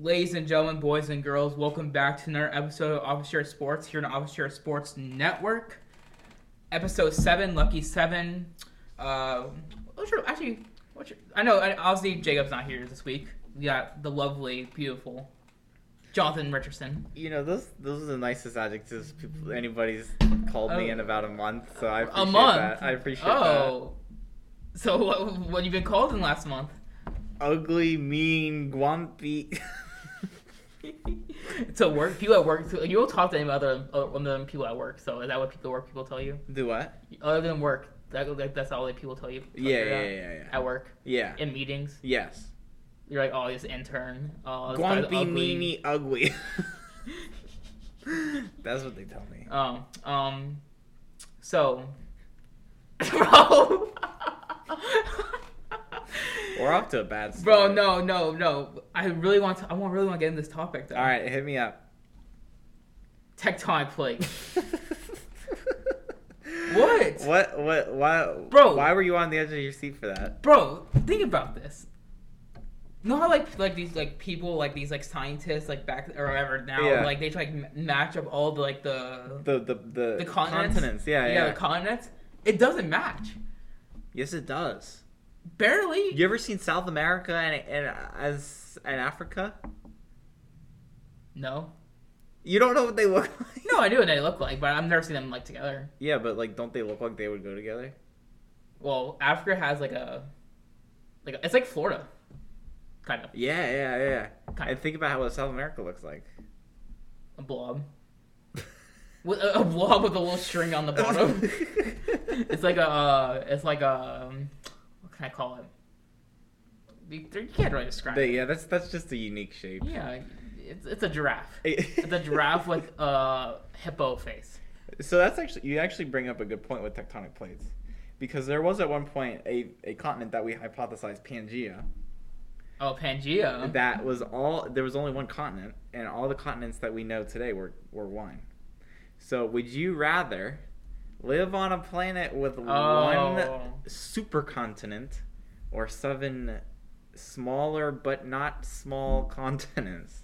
Ladies and gentlemen, boys and girls, welcome back to another episode of Office Share Sports here on Office Share Sports Network. Episode 7, Lucky 7. Uh, what's your, actually, what's your, I know, I- obviously, Jacob's not here this week. We got the lovely, beautiful Jonathan Richardson. You know, those those are the nicest adjectives people anybody's called me Oh. in about a month. So I appreciate a month. that. I appreciate Oh. So, what, what you been called in last month? that. Ugly, mean, grumpy. so work people at work you don't talk to any other uh, other than people at work so is that what people at work people tell you Do what? other than work that, that that's all that people tell you Yeah, Like, yeah, uh, yeah, yeah. at work Yeah. in meetings Yes. you're like oh this intern oh this guy's Grumpy, ugly. meany, ugly. That's what they tell me. um um so bro We're off to a bad start. bro no no no I really want to I want really want to get into this topic though All right, hit me up. tectonic plate What? What? What? Why? Bro. Why were you on the edge of your seat for that? bro think about this you know how like like these like people like these like scientists like back or whatever now Yeah. like they try to like, m- match up all the like the The the the, the continents, Yeah, yeah. the continents it doesn't match yes, it does. barely You ever seen South America and and as and Africa? no You don't know what they look like. no I knew what they look like but I've never seen them like together Yeah, but like, don't they look like they would go together? well Africa has like a like a, it's like Florida kind of Yeah, yeah, yeah. Kind And think about how what South America looks like. a blob with a, a blob with a little string on the bottom it's like a uh, it's like a um, what can I call it? You, you can't really describe They- it. yeah, that's that's just a unique shape. Yeah, it's it's a giraffe. It's the a giraffe with a hippo face. So that's actually you actually bring up a good point with tectonic plates, because there was at one point a, a continent that we hypothesized Pangaea Oh, Pangea. that was all there was only one continent and all the continents that we know today were were one. So would you rather live on a planet with one Oh. supercontinent or seven smaller but not small continents?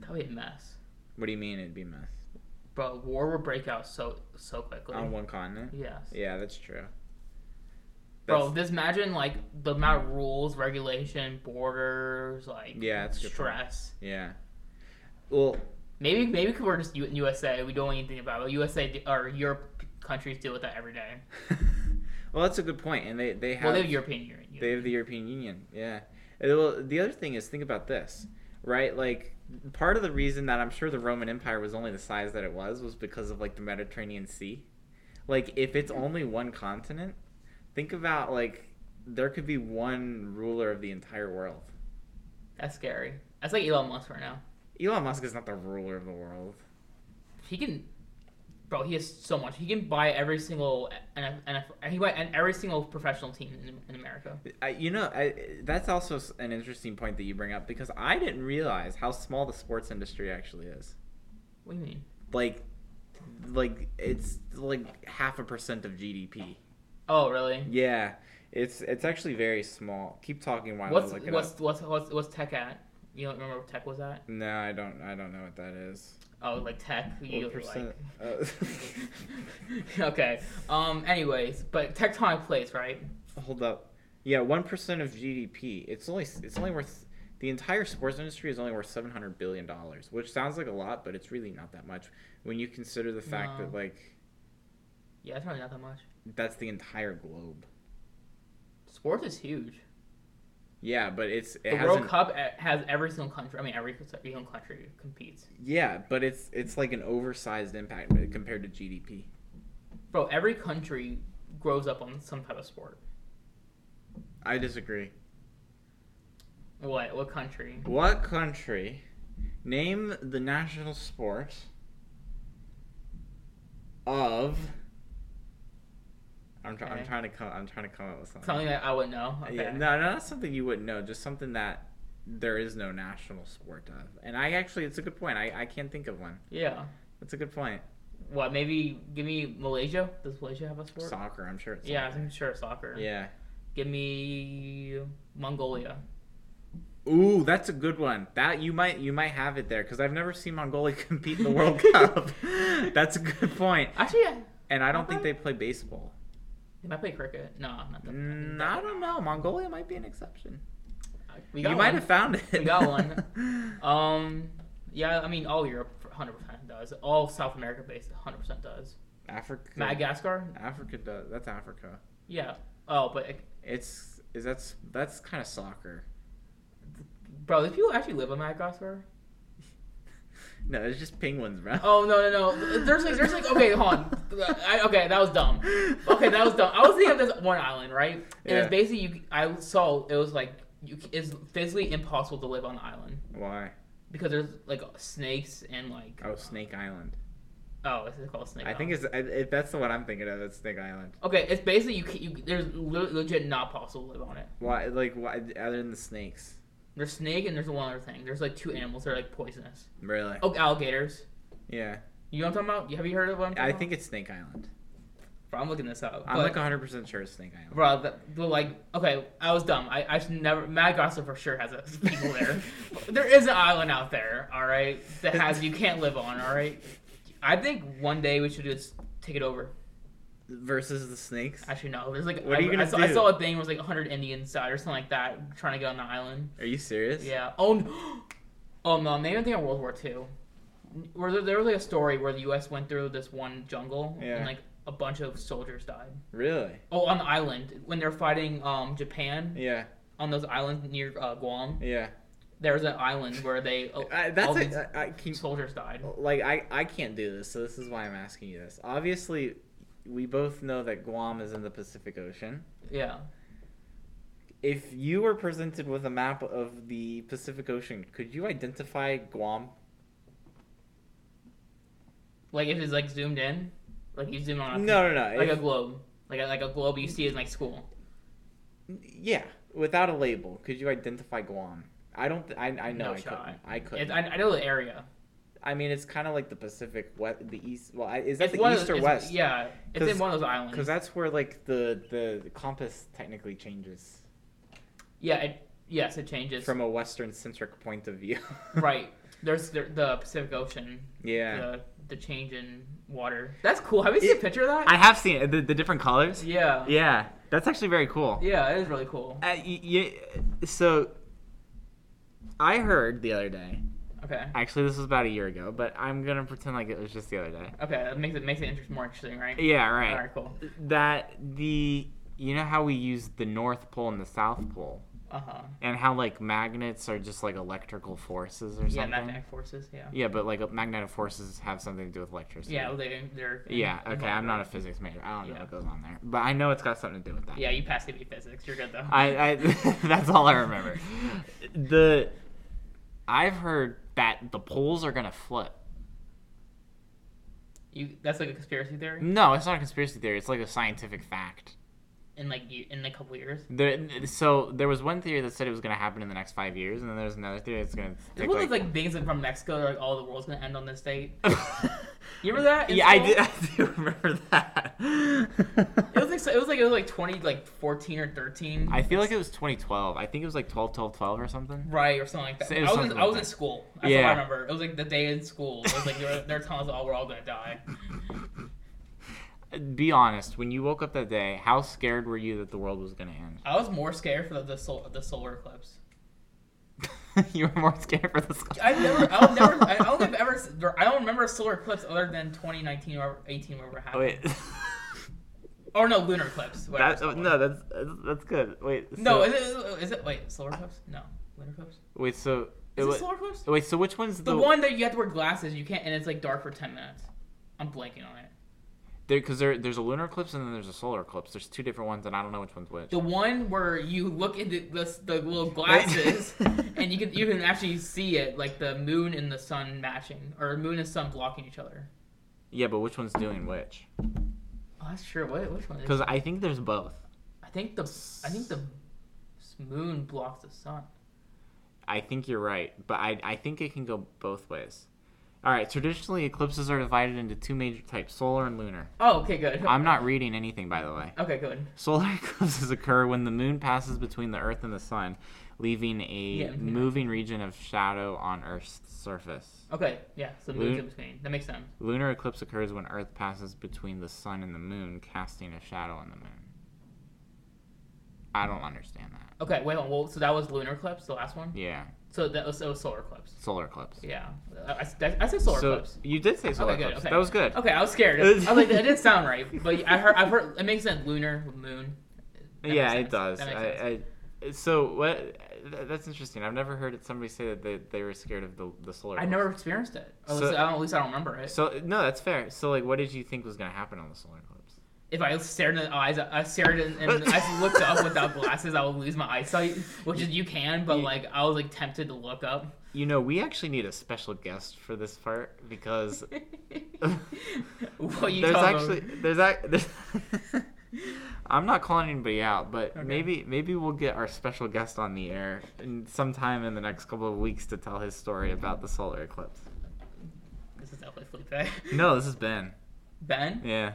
That would be a mess. What do you mean it'd be a mess Bro, war would break out so so quickly. on one continent? yes. Yeah, that's true. Bro, That's- just imagine like the amount of rules, regulation, borders, like Yeah, that's a good point. stress. yeah. Well, Maybe maybe 'cause we're just U- USA. We don't even think about it. USA d- or Europe countries deal with that every day. well, that's a good point, and they they have Well, they have European Union. they have the European Union. Yeah. And, well, the other thing is think about this, right? Like part of the reason that I'm sure the Roman Empire was only the size that it was was because of like the Mediterranean Sea. Like if it's only one continent, think about like there could be one ruler of the entire world. That's scary. That's like Elon Musk right now. Elon Musk is not the ruler of the world. He can, bro. He has so much. He can buy every single NF, NFL. He buy and every single professional team in, in America. I, you know, I, that's also s- an interesting point that you bring up because I didn't realize how small the sports industry actually is. What do you mean? Like, like it's like half a percent of GDP. Oh, really? Yeah, it's it's actually very small. Keep talking while What's I look it what's, up. what's what's what's tech at? You don't remember what tech was at? No, I don't. I don't know what that is. Oh, like tech. You What like- percent? Uh, okay. Um. Anyways, but tectonic plates, right? hold up. Yeah, one percent of GDP. It's only it's only worth the entire sports industry is only worth seven hundred billion dollars, which sounds like a lot, but it's really not that much when you consider the fact No. that like Yeah, it's really not that much. that's the entire globe. Sports is huge. Yeah, but it's it The has World Cup eh, has every single country. I mean, every single country competes. yeah, but it's it's like an oversized impact compared to GDP. Bro, every country grows up on some type of sport. I disagree. What? What country? What country? Name the national sport of. I'm, try- I'm Okay. trying to come. I'm trying to come up with something. Something that I would know. Okay. Yeah, no, not something you wouldn't know. Just something that there is no national sport of. And I actually, it's a good point. I, I can't think of one. Yeah. That's a good point. What? Maybe give me Malaysia. Does Malaysia have a sport? Soccer. I'm sure. It's Yeah, I'm sure soccer. Yeah. Give me Mongolia. Ooh, that's a good one. That you might you might have it there because I've never seen Mongolia compete in the World Cup. That's a good point. Actually, yeah. And I don't think Uh-huh. they play baseball. They might play cricket. No, not the. Mm, I don't know. Mongolia might be an exception. We You got might one. have found it. We got one. Um, yeah, I mean, all Europe 100% does. All South America based 100% does. Africa. Madagascar? Africa does. That's Africa. Yeah. Oh, but It's is that's that's kind of soccer. bro, these people actually live in Madagascar. No, it's just penguins, bro. Oh no no no! There's like there's like okay, hold on. I, okay, that was dumb. Okay, that was dumb. I was thinking of this one island, right? And Yeah. it's basically you. I saw it was like you. It's physically impossible to live on the island Why? because there's like snakes and like Oh, Snake Island. oh, is it called snake? I think Island? it's I, it, that's the one I'm thinking of. It's Snake Island. okay. It's basically you. ca- you there's le- legit not possible to live on it. Why? Like why? Other than the snakes, There's snake and there's one other thing. There's like two animals that are like poisonous. really? Oh, alligators. Yeah, You know what I'm talking about? You- Have you heard of one? I think it's Snake Island. Bro, I'm looking this up. I'm but- like 100 percent sure it's Snake Island. Bro, the, the, like, okay, I was dumb. I, I should never. Madagascar for sure has a people there. there is an island out there, all right, that has you can't live on, all right. I think one day we should just take it over. Versus the snakes. Actually, no. There's like, What are I, you gonna I, saw, I do? saw a thing where it was like 100 Indians died or something like that trying to get on the island. Are you serious? Yeah. Oh, no. oh no, maybe I'm thinking of World War II. Where there, there was like a story where the U.S. went through this one jungle Yeah. and like a bunch of soldiers died. Really? Oh, on the island when they're fighting um Japan. Yeah. on those islands near uh, Guam. Yeah. There's an island where they uh, I, Oh, all that's these a, uh, I, I can, soldiers died. like I I can't do this, so this is why I'm asking you this. Obviously, we both know that Guam is in the Pacific Ocean. Yeah, If you were presented with a map of the Pacific Ocean, could you identify Guam? like if it's like zoomed in, like you zoom on. A No, no, no. like if- a globe, like a, like a globe you see in like school. yeah, without a label, could you identify Guam? I don't. Th- I I know No I shot. couldn't. I couldn't. It's, I, I know the area. I mean, it's kind of like the Pacific West, the East. Well, I- is that It's the one East of, or it's- West? Yeah, it's in 'Cause- one of those Because islands. that's where like the, the the compass technically changes Yeah, it, yes, it changes. from a Western centric point of view. right. There's the, the Pacific Ocean. Yeah. The, the change in water. That's cool. Have you seen a It- picture of that? I have seen it, the, the different colors. yeah. yeah. Yeah, that's actually very cool. it is really cool. Uh, y- y- so, I heard the other day. Okay. Actually, this was about a year ago, but I'm gonna pretend like it was just the other day. Okay, that makes it makes it interest more interesting, right? Yeah, All right. right, cool. That the you know how we use the North Pole and the South Pole, Uh huh. and how like magnets are just like electrical forces or something. Yeah, magnetic forces. Yeah. Yeah, but like magnetic forces have something to do with electricity. Yeah, they they're. Yeah, involved, okay, I'm not a right? physics major. I don't know Yeah. what goes on there. But I know it's got something to do with that. Yeah, you passed to be physics. You're good though. I, I that's all I remember. The I've heard that the poles are gonna flip. you that's like a conspiracy theory. No, it's not a conspiracy theory. It's like a scientific fact. In like you, in a couple years. There, so there was one theory that said it was gonna happen in the next five years, and then there was another theory that's gonna It's take one of like. those like things like from Mexico, like all the world's gonna end on this date. You remember that? in yeah, I school? do, I do remember that. It was like so- it was like it was like twenty like fourteen or thirteen. I feel like it was 2012. I think it was like 12, 12, 12 or something. Right or something like that. So it was I was, in, something I like was in that. school. That's all Yeah. I remember. It was like the day in school. It was like they were, they were telling us all we're all gonna die. Be honest, when you woke up that day, how scared were you that the world was gonna end? I was more scared for the the, sol- the solar eclipse. you were more scared for the sky. I've never, I'll never, I don't think I've ever, I don't remember a solar eclipse other than 2019 or 18 where we're Oh, having. Wait, Or no, lunar eclipse. whatever that, oh, it's called. no, that's that's good. Wait, so, no, is it, is it, wait, solar eclipse? No, lunar eclipse? wait, so Is wa- it solar eclipse? wait, so which one's the, The one that you have to wear glasses, you can't, and it's like dark for 10 minutes. I'm blanking on it. There, because there, there's a lunar eclipse and then there's a solar eclipse. There's two different ones, and I don't know which one's which. The one where you look into the, the little glasses and you can you can actually see it, like the moon and the sun matching, or moon and sun blocking each other. Yeah, but which one's doing which? Oh, that's true. What, which one is Because I think there's both. I think the I think the moon blocks the sun. I think you're right, but I I think it can go both ways. All right. Traditionally, eclipses are divided into two major types: solar and lunar. Oh, okay, good. I'm not reading anything, by the way. Okay, good. Solar eclipses occur when the moon passes between the Earth and the sun, leaving a Yeah, yeah. moving region of shadow on Earth's surface. Okay, yeah. So the moon's Moon- in between. That makes sense. Lunar eclipse occurs when Earth passes between the sun and the moon, casting a shadow on the moon. I don't understand that. Okay, wait. Well, so that was lunar eclipse, the last one. Yeah, So that was, that was solar eclipse. solar eclipse. Yeah, I, I, I said solar so eclipse. you did say solar Okay, good, eclipse. okay. That was good. Okay, I was scared. I was like, that didn't sound right. But I heard, I've heard, it makes sense. Lunar, moon. That makes yeah, it sense. does. That makes sense. I, I, so what? th- That's interesting. I've never heard somebody say that they, they were scared of the, the solar. I eclipse. never experienced it. At least, So- I don't, at least I don't remember it. So no, that's fair. So like, what did you think was gonna happen on the solar eclipse? If I stared in the eyes, I stared in, and I looked up without glasses, I would lose my eyesight, which is you can, but You- like I was like tempted to look up. You know, we actually need a special guest for this part because what you there's talking actually about? there's act. There's, I'm not calling anybody out, but Okay. maybe maybe we'll get our special guest on the air in, sometime in the next couple of weeks to tell his story about the solar eclipse. This is definitely Felipe. No, this is Ben. Ben, Yeah.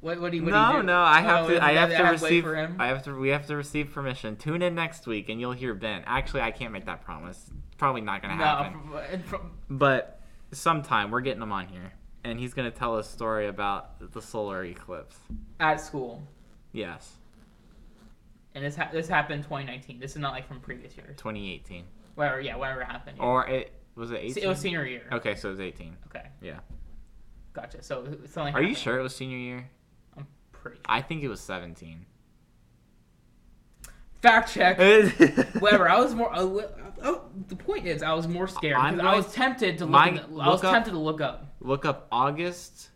what what do you? What do No, you do? no, I have Oh, to. I you have to wait receive. for him. I have to. We have to receive permission. Tune in next week, and you'll hear Ben. Actually, I can't make that promise. Probably not gonna no, happen. from- from- But sometime we're getting him on here, and he's gonna tell a story about the solar eclipse. at school, Yes, and this ha- this happened 2019. This is not like from previous years. 2018, Whatever, yeah, whatever happened. yeah. or it was it 18. Se- It was senior year. Oh, okay, so it was 18. Okay, Yeah. gotcha. So it's something. Are you happened. sure it was senior year? I'm pretty. I think it was 17. Fact check. Whatever. Whatever. I was more. Oh, oh, the point is, I was more scared. 'cause I'm I going- was tempted to look. my- in the- I was look up- tempted to look up. Look up August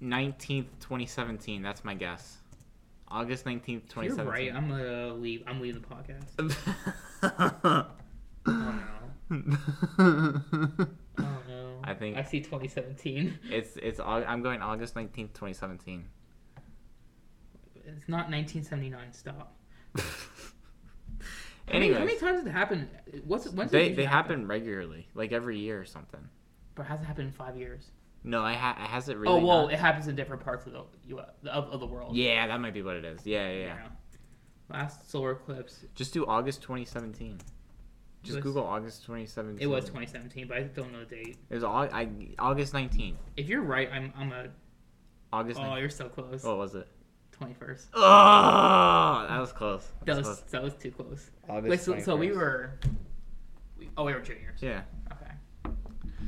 19th, 2017. That's my guess. August 19th, You're right. 2017. I'm gonna leave. I'm leaving the podcast. Oh no. Oh no. I think- I see 2017. it's it's Au- I'm going August 19th, 2017. It's not 1979. Stop. How many- Anyways, how many times did it happen? What's when's it they usually they happen regularly, like every year or something. But has it happened in five years? No, I ha- has it really. oh well, not- it happens in different parts of the U- of, of the world. Yeah, that might be what it is. Yeah, yeah. You yeah. know. Last solar eclipse. Just do August 2017. Just was- Google August 2017. It was 2017, but I don't know the date. It was Au- I, August 19th. If you're right, I'm I'm a. August. Oh, 19th. you're so close. What was it? 21st. Oh, that was close. That was close. that was too close. August Wait, so, so we 21st. were, we, oh, we were juniors. Yeah. Okay.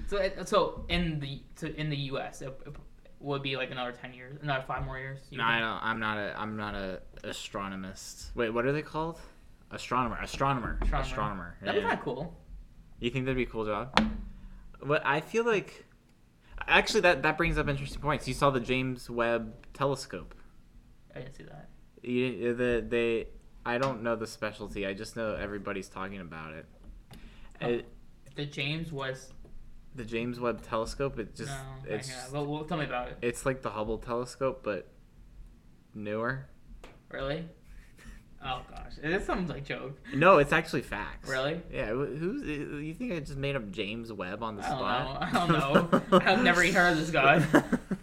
So it, so in the so in the U.S. It, it would be like another ten years, another five more years. you No, I think? don't. I'm not a. I'm not a astronomist. Wait, what are they called? Astronomer. Astronomer. Astronomer. That'd be yeah. kind of cool. You think that'd be a cool job? What I feel like, actually, that that brings up interesting points. You saw the James Webb Telescope. I didn't see that. You, uh, the they. I don't know the specialty. I just know everybody's talking about it. Oh. Uh, The James was the James Webb Telescope. It just. no. it's. It's, well, well, tell me about it. It's like the Hubble Telescope, but newer. Really? Oh gosh, this sounds like joke. No, it's actually facts. Really? Yeah. wh- Who's? You think I just made up James Webb on the I don't spot? know. I don't know. I've never even heard of this guy.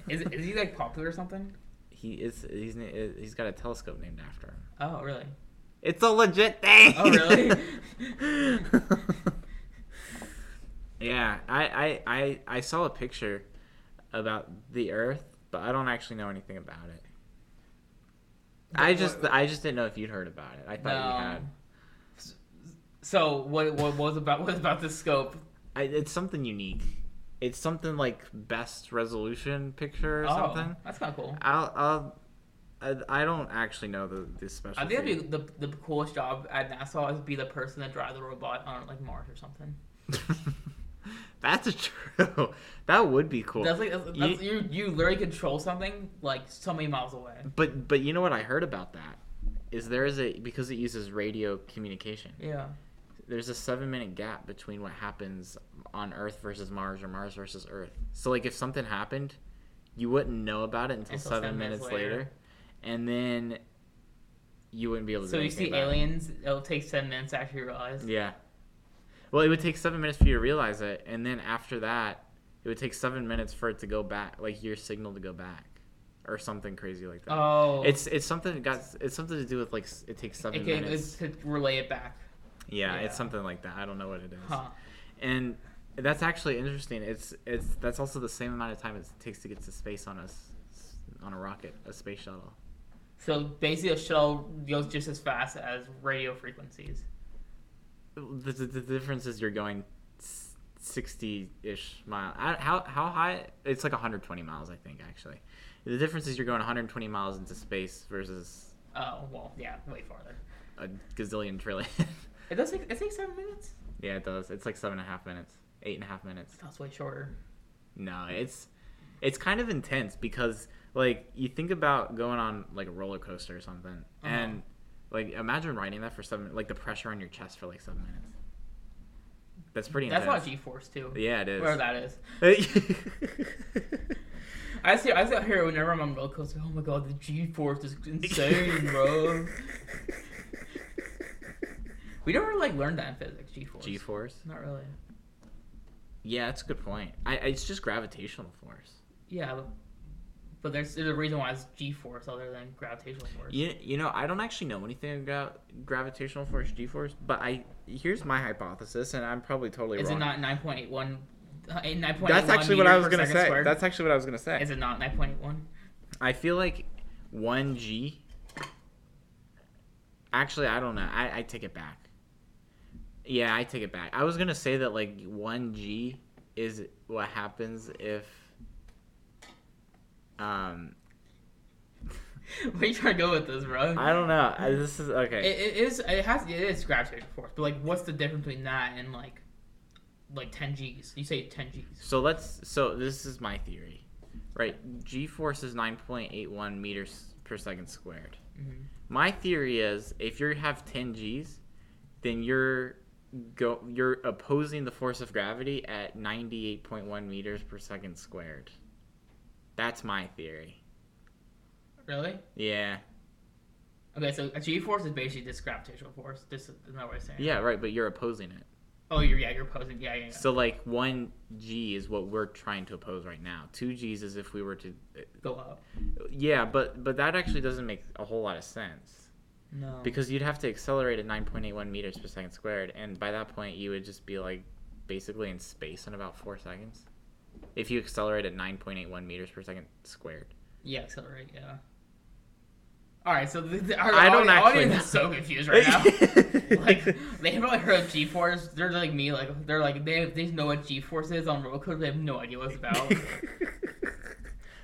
Is is he like popular or something? he is. He's. na- He's got a telescope named after him. Oh really? It's a legit thing. Oh, really? yeah. I, I. I. I saw a picture about the Earth, but I don't actually know anything about it. I But just. I just didn't know if you'd heard about it. I thought you No. had. So what what was about what was about the scope? I, it's something unique. It's something like best resolution picture Oh. or something. that's kind of cool. I'll, I'll, I, I don't actually know the the special. I think that'd be the, the coolest job at NASA is be the person that drive the robot on like Mars or something. That's true. That would be cool. That's like that's, that's, you you literally control something like so many miles away. But but you know what I heard about that is there is a because it uses radio communication. Yeah. There's a seven minute gap between what happens on Earth versus Mars or Mars versus Earth. So like if something happened, you wouldn't know about it until, Until seven, minutes later. and then you wouldn't be able to. So do you anything see about it. aliens, it'll take ten minutes to actually realize. Yeah. Well, it would take seven minutes for you to realize it, and then after that, it would take seven minutes for it to go back, like your signal to go back, or something crazy like that. Oh, It's it's something that got it's something to do with like s- it takes seven it can, it's minutes. to relay it back. yeah, yeah. it's something like that. I don't know what it is. Huh. And that's actually interesting. It's it's that's also the same amount of time it takes to get to space on us on a rocket, a space shuttle. So basically, a shuttle goes just as fast as radio frequencies. The, the, the difference is you're going sixty ish mile. I- How how high? It's like 120 miles, I think. Actually, the difference is you're going 120 miles into space versus Oh well, yeah, way farther. a gazillion trillion. It does take it takes seven minutes. yeah, it does. It's like seven and a half minutes, eight and a half minutes. That's way shorter. No, it's it's kind of intense because like you think about going on like a roller coaster or something, and like imagine riding that for seven, like the pressure on your chest for like seven minutes. That's pretty That's intense. a lot of G-force too. yeah, it Where is. that is. it's I see. I sit here whenever I'm on roller coaster. Oh my god, the G-force is insane, bro. We never like learned that in physics. G-force. G force. Not really. Yeah, that's a good point. I, I- it's just gravitational force. Yeah, but, but there's, there's a reason why it's G-force other than gravitational force. You, you know, I don't actually know anything about gravitational force, G force, but I here's my hypothesis, and I'm probably totally Is wrong. it not 9.81? uh, eh, 9.81 That's actually what I meters was per gonna second say. squared? That's actually what I was gonna say. Is it not 9.81? I feel like one G. Actually, I don't know. I, I take it back. Yeah, I take it back. I was gonna say that like one G is what happens if. Um, Where are you trying to go with this, bro? I don't know. I, this is It, okay. it is. It has. It is gravitational force. But like, what's the difference between that and like, like 10 Gs? You say 10 Gs. So let's. So this is my theory, right? G force is nine point eight one meters per second squared. hmm My theory is if you have 10 G's, then you're go you're opposing the force of gravity at 98.1 meters per second squared. That's my theory. Really? Yeah. Okay, so a G force is basically just gravitational force. This is not what I'm saying. Yeah, right, but you're opposing it. Oh, you're yeah, you're posing. Yeah, yeah. yeah. So like 1 G is what we're trying to oppose right now. 2 G's is if we were to uh, go up. Yeah, but but that actually doesn't make a whole lot of sense No. because you'd have to accelerate at 9.81 meters per second squared and by that point you would just be like basically in space in about four seconds if you accelerate at 9.81 meters per second squared yeah, accelerate. Yeah. All right, so the, the, our I don't audi- actually audience know. is so confused right now. like they haven't really heard of G force. They're like me. Like they're like they they know what G force is on roller coaster. They have no idea what it's about.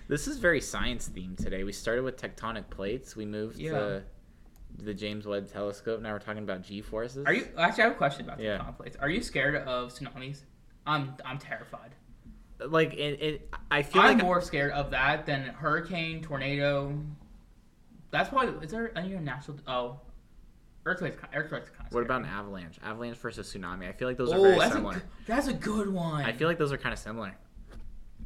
this is very science themed today we started with tectonic plates we moved Yeah. to the james webb telescope now we're talking about g forces Are you actually? I have a question about Yeah. the conflicts. Are you scared of tsunamis? I'm I'm terrified. like it, it i feel I'm like more scared of that than hurricane, tornado. That's probably is there any other natural? Oh, earthquakes. ki- Earthquakes. are Kind of what about an avalanche avalanche versus tsunami i feel like those are Oh, very that's a, similar g- that's a good one. i feel like those are kind of similar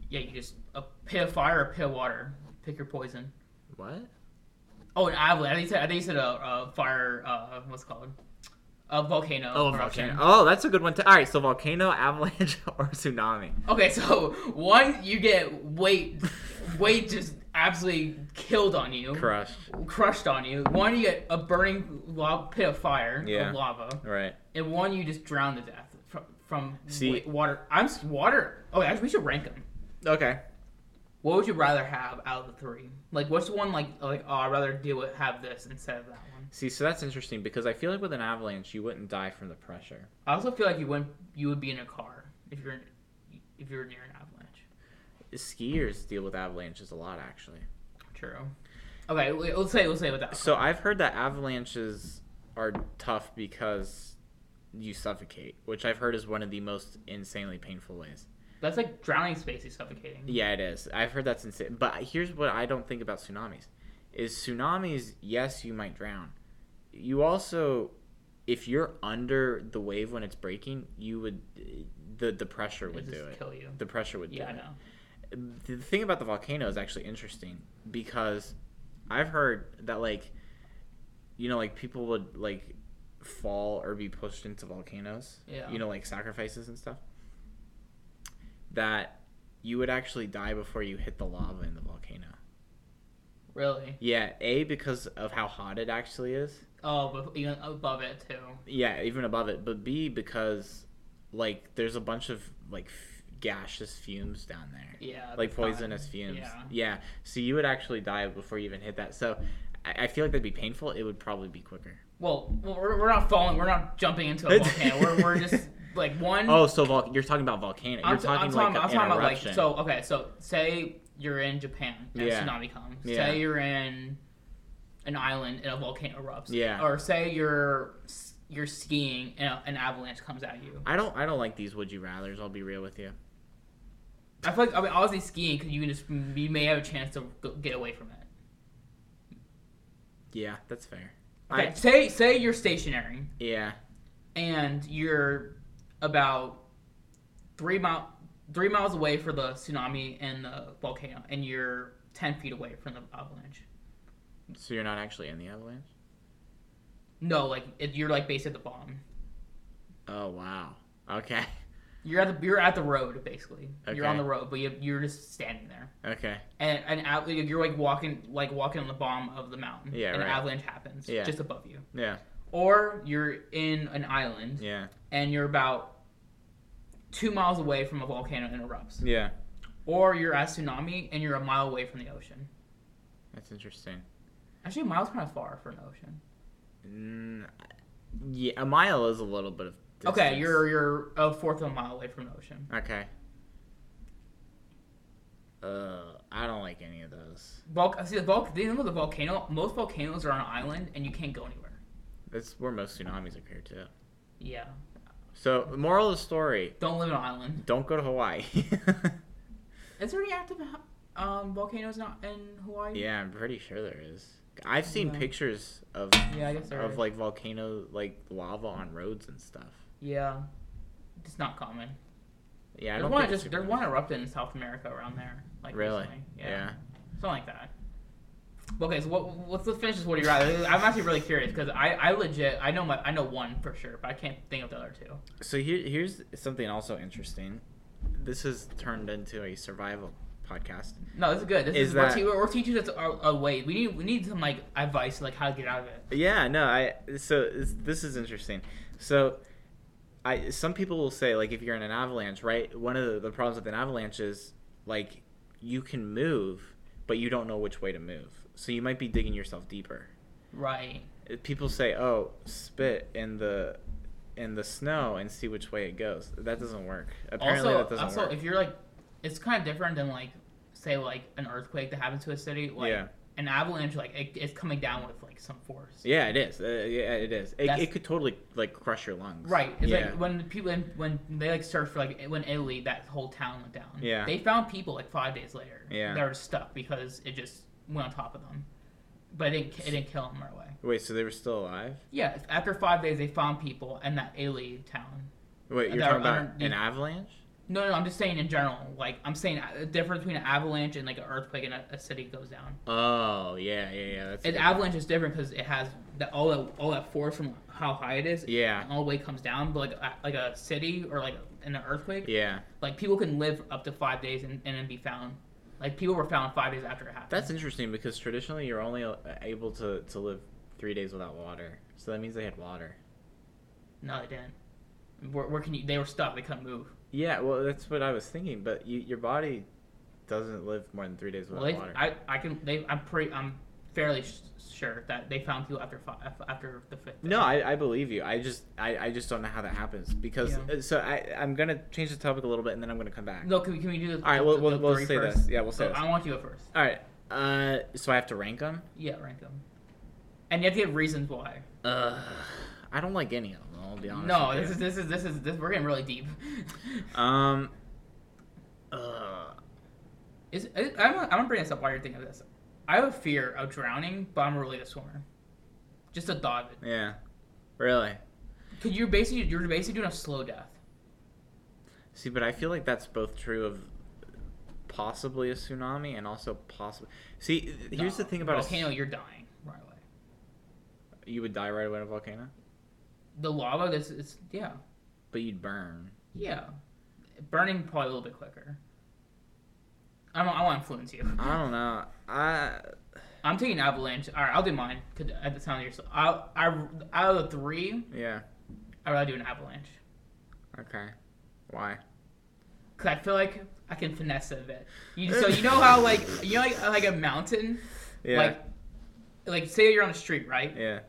yeah, you just a pit of fire or pit of water. Pick your poison. what Oh, an avalanche. I think you said, I think you said a, a fire. Uh, what's it called? A volcano. Oh, eruption. volcano. Oh, that's a good one. Too. All right, so volcano, avalanche, or tsunami. Okay, so one you get weight, weight just absolutely killed on you. Crush. crushed on you. One, you get a burning lava, pit of fire, Yeah. of lava, Right. and one you just drown to death from, from See- wa- water. I'm s- water. Oh, actually, we should rank them. Okay. What would you rather have out of the three? Like, what's the one like like oh, I'd rather deal with have this instead of that one. See, so that's interesting because I feel like with an avalanche, you wouldn't die from the pressure. I also feel like you wouldn't you would be in a car if you're in, if you're near an avalanche. Skiers deal with avalanches a lot, actually. True. Okay, we- let's say let's say with that. So I've heard that avalanches are tough because you suffocate, which I've heard is one of the most insanely painful ways. That's like drowning, spacey, suffocating. Yeah, it is. I've heard that's insane. But here's what I don't think about tsunamis: is tsunamis. Yes, you might drown. You also, if you're under the wave when it's breaking, you would the the pressure It would do just it. kill you. The pressure would Yeah, I do know. it. The thing about the volcano is actually interesting because I've heard that like, you know, like people would like fall or be pushed into volcanoes, Yeah. you know, like sacrifices and stuff, that you would actually die before you hit the lava in the volcano. Really? Yeah, A, because of how hot it actually is. Oh, but even above it too. Yeah, even above it. But B, because, like, there's a bunch of, like, f- gaseous fumes down there. Yeah. like that's not- poisonous fumes. Yeah. Yeah. So you would actually die before you even hit that. So I, I feel like that'd be painful. It would probably be quicker. Well, well, we're, we're not falling. We're not jumping into a volcano. we're, we're just like one. Oh, so vol- you're talking about volcano. You're talking like an eruption. so okay. So say you're in Japan and Yeah. a tsunami comes. Yeah. Say you're in an island and a volcano erupts. Yeah. Or say you're s- you're skiing and a- an avalanche comes at you. I don't. I don't like these would you rather's. I'll be real with you. I feel like I mean obviously skiing because you can just you may have a chance to go, get away from it. Yeah, that's fair. Okay, I say say you're stationary yeah and you're about three mile three miles away for the tsunami and the volcano, and you're ten feet away from the avalanche. so you're not actually in the avalanche. No, like it, you're like based at the bottom. Oh wow. Okay. You're at the you're at the road basically. You're on Okay. the road, but you, you're just standing there, Okay. and and av- you're like walking like walking on the bottom of the mountain. Yeah, and right. an avalanche happens Yeah. just above you, Yeah. or you're in an island Yeah. and you're about two miles away from a volcano and erupts, Yeah. or you're at tsunami and you're a mile away from the ocean. That's interesting. Actually, a mile's kind of far for an ocean. Mm, yeah, a mile is a little bit of. Distance. Okay, you're you're a fourth of a mile away from the ocean. Okay. Uh, I don't like any of those. Vol- see the vol- the thing with the volcano. Most volcanoes are on an island and you can't go anywhere. That's where most tsunamis occur too. Yeah. So, the moral of the story: Don't live on an island. don't go to Hawaii. Is there any active um, volcanoes not in Hawaii? yeah, I'm pretty sure there is. I've seen Yeah. pictures of Yeah, I guess there of is. like volcano like lava on roads and stuff. Yeah. It's not common. Yeah, I There's don't one think it's just super there's one erupted in South America around there. Like Really? recently. Yeah. Something like that. Okay, so what, what's the finish? Is what do you rather? I'm actually really curious because I, I legit I know my I know one for sure, but I can't think of the other two. So here, here's something also interesting. This has turned into a survival podcast. No, this is good. This Is is, we're, that- te- we're, we're teaching us a, a way. We need we need some like advice like how to get out of it. Yeah, no, I so it's, this is interesting. So I some people will say like if you're in an avalanche, right? One of the, the problems with an avalanche is like you can move, but you don't know which way to move. So you might be digging yourself deeper. Right. Uh, People say, "Oh, spit in the in the snow and see which way it goes." That doesn't work. Apparently also, that doesn't also work. if you're like, it's kind of different than like, say like an earthquake that happens to a city. Like, Yeah. An avalanche, like it, it's coming down with like some force. yeah, it is. Uh, yeah, it is. It, That's- it could totally like crush your lungs. Right. It's yeah. like when the people in, when they like searched for like when Italy that whole town went down. Yeah. They found people like five days later. Yeah. That were stuck because it just went on top of them, but it didn't, it didn't kill them right away. Wait, so they were still alive? Yeah. After five days, they found people in that Italy town. Wait, you're That talking were about under- an avalanche? No, no, I'm just saying in general. Like I'm saying uh, the difference between an avalanche and like an earthquake and a, a city goes down. Oh yeah, yeah, yeah. That's a An good- avalanche is different because it has that all that all that force from how high it is. Yeah. and all the way comes down. But like a- like a city or like in an earthquake, Yeah, like people can live up to five days and, and then be found. Like people were found five days after it happened. that's interesting because traditionally you're only a- able to to live three days without water. So that means they had water. no, they didn't. Where, where can you? They were stuck. They couldn't move. Yeah, well, that's what I was thinking. But you, your body doesn't live more than three days without Well, they, water. I I can. They I'm pretty. I'm fairly sh- sure that they found people after five after the fifth. day. no, I, I believe you. I just I, I just don't know how that happens because Yeah. uh so I I'm gonna change the topic a little bit and then I'm gonna come back. No, can we, can we do this? All right, we'll the- we'll, the we'll three say first? this. Yeah, we'll say So this. I want you to go first. All right. Uh, so I have to rank them. Yeah, rank them. And you have to give reasons why. Uh, I don't like any of them. I'll be honest. No, with this you. is this is this is this. We're getting really deep. Um. Uh, Is, is I'm gonna- I'm gonna bring this up while you're thinking of this. I have a fear of drowning, but I'm really a swimmer. Just a thought of it. yeah. Really. Cause you're basically you're basically doing a slow death. See, but I feel like that's both true of possibly a tsunami and also possibly. See, th- here's the No, thing about a s- volcano. You're dying right away. you would die right away in a volcano. the lava. This it's yeah, But you'd burn. yeah. Burning probably a little bit quicker. I don't. I want to influence you. I don't know. I I'm taking avalanche. All right, I'll do mine. Could at the sound of yourself. I I out of the three, yeah. I'd rather do an avalanche. Okay. Why? Cause I feel like I can finesse it a bit. You, so you know how like you know like, like a mountain, Yeah. like like say you're on the street right, yeah.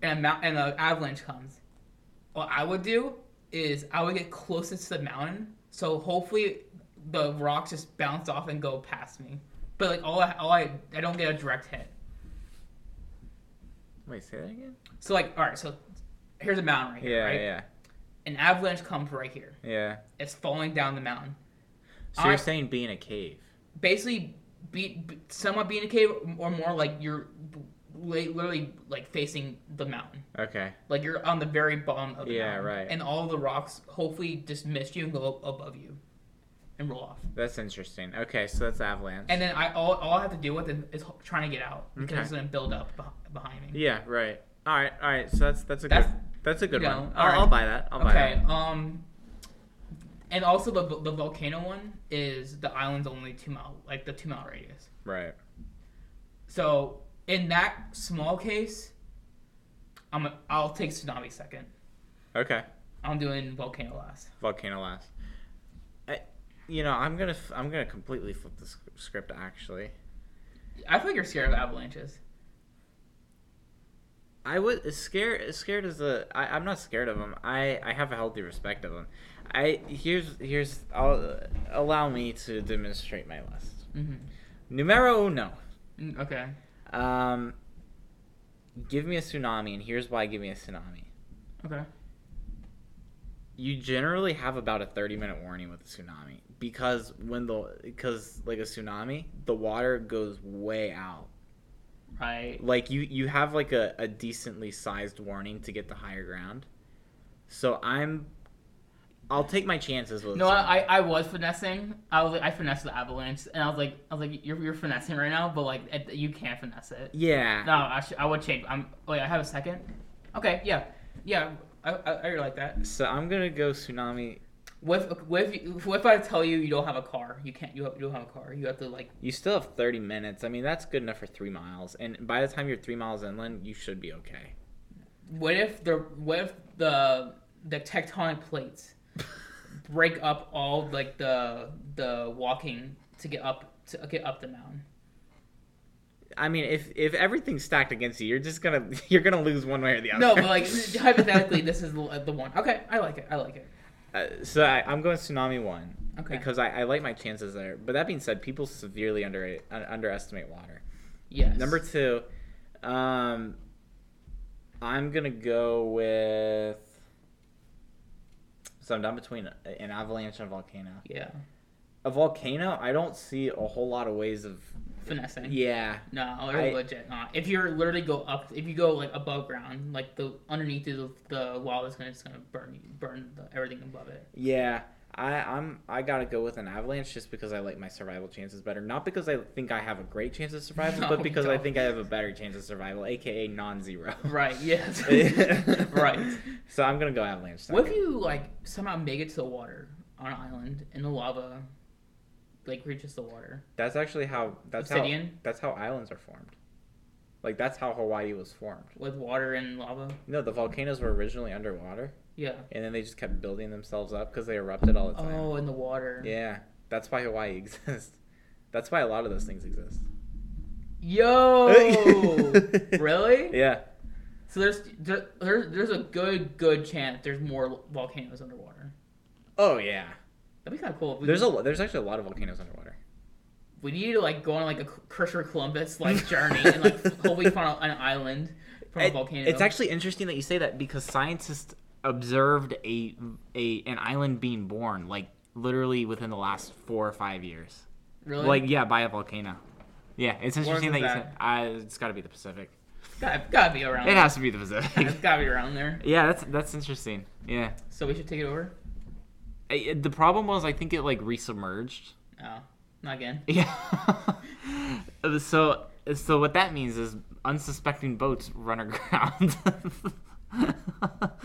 and a mount and an avalanche comes. What I would do is I would get closest to the mountain, so hopefully the rocks just bounce off and go past me. But like all I, all I I don't get a direct hit. Wait, say that again? So like all right, so here's a mountain right here, Yeah, right? yeah, An avalanche comes right here. yeah. It's falling down the mountain. So I- you're saying be in a cave? basically be, be somewhat being a cave or more like you're li- literally like facing the mountain Okay. like you're on the very bottom of the Yeah, mountain, right. and all the rocks hopefully just miss you and go up above you and roll off That's interesting. Okay, so that's avalanche. and then i all, all i have to deal with is, is ho- trying to get out because Okay. it's going to build up beh- behind me yeah, right. All right, all right. So that's that's a That's- good that's a good you know, one. all I'll, I'll right. buy that. I'll buy okay um and also the, vo- the volcano one is the island's only two mile like the two mile radius that. Right. So in that small case, I'm a, I'll take tsunami second. Okay. I'm doing volcano last. Volcano last. I, you know, I'm gonna f- I'm gonna completely flip the sc- script actually. I feel like you're scared of avalanches. I would as scared as scared as the I, I'm not scared of them. I I have a healthy respect of them. I here's here's I'll allow me to demonstrate my list. Mm-hmm. Numero uno. Okay. Um, give me a tsunami, and here's why. Give me a tsunami. Okay. You generally have about a 30 minute warning with a tsunami because when the because like a tsunami, the water goes way out. Right. like you you have like a, a decently sized warning to get to higher ground so i'm i'll take my chances with No, it. I, I I was finessing. I was like, I finessed the avalanche, and I was like I was like you're, you're finessing right now, but like it, you can't finesse it. yeah No, I should, I would change. I'm wait. I have a second. Okay. Yeah. Yeah. I, I, I really like that. so i'm gonna go tsunami With with with I tell you you don't have a car, you can't. You, have, you don't have a car. You have to like you still have 30 minutes i mean that's good enough for three miles and by the time you're three miles inland you should be okay What if the what if the the tectonic plates break up all like the the walking to get up to get up the mountain? i mean if if everything's stacked against you you're just gonna you're gonna lose one way or the other No, but like hypothetically, this is the the one. Okay, I like it. I like it. Uh, so I, i'm going tsunami one Okay. because I, I like my chances there but that being said people severely under, un- underestimate water Yes. Number two, um, I'm gonna go with. So I'm down between an avalanche and a volcano. Yeah. A volcano, I don't see a whole lot of ways of. Finessing. Yeah, No, I- it's legit not. If you're literally go up, if you go like above ground, like the underneath the the wall is gonna it's gonna burn you, burn the, everything above it. yeah. I, I'm I gotta go with an avalanche just because I like my survival chances better. Not because I think I have a great chance of survival, No, but because I don't. think I have a better chance of survival, aka non-zero. Right. Yes. right. So I'm gonna go avalanche. What if second. you like somehow make it to the water on an island and the lava like reaches the water? That's actually how that's how Obsidian? that's how islands are formed. Like that's how Hawaii was formed. With water and lava? No, the volcanoes were originally underwater, Yeah. and then they just kept building themselves up because they erupted all the time. Oh, in the water. Yeah, that's why Hawaii exists. That's why a lot of those things exist. Yo! really? Yeah, So there's there, there's there's a good good chance there's more volcanoes underwater. oh yeah. That'd be kind of cool. If we, There's a lo- there's actually a lot of volcanoes underwater. we need to like go on like a Christopher Columbus like journey and like hopefully find an island from a It- volcano. It's actually interesting that you say that because scientists observed a a an island being born like literally within the last four or five years. really Like yeah, by a volcano. Yeah, it's interesting is that you that? said. I, it's got to be the Pacific. gotta, gotta be around. It has to be the it's Pacific. gotta be around there. yeah, that's that's interesting. Yeah. So we should take it over. I- it- the problem was I think it like resubmerged. Oh, not again. Yeah. so so what that means is unsuspecting boats run aground.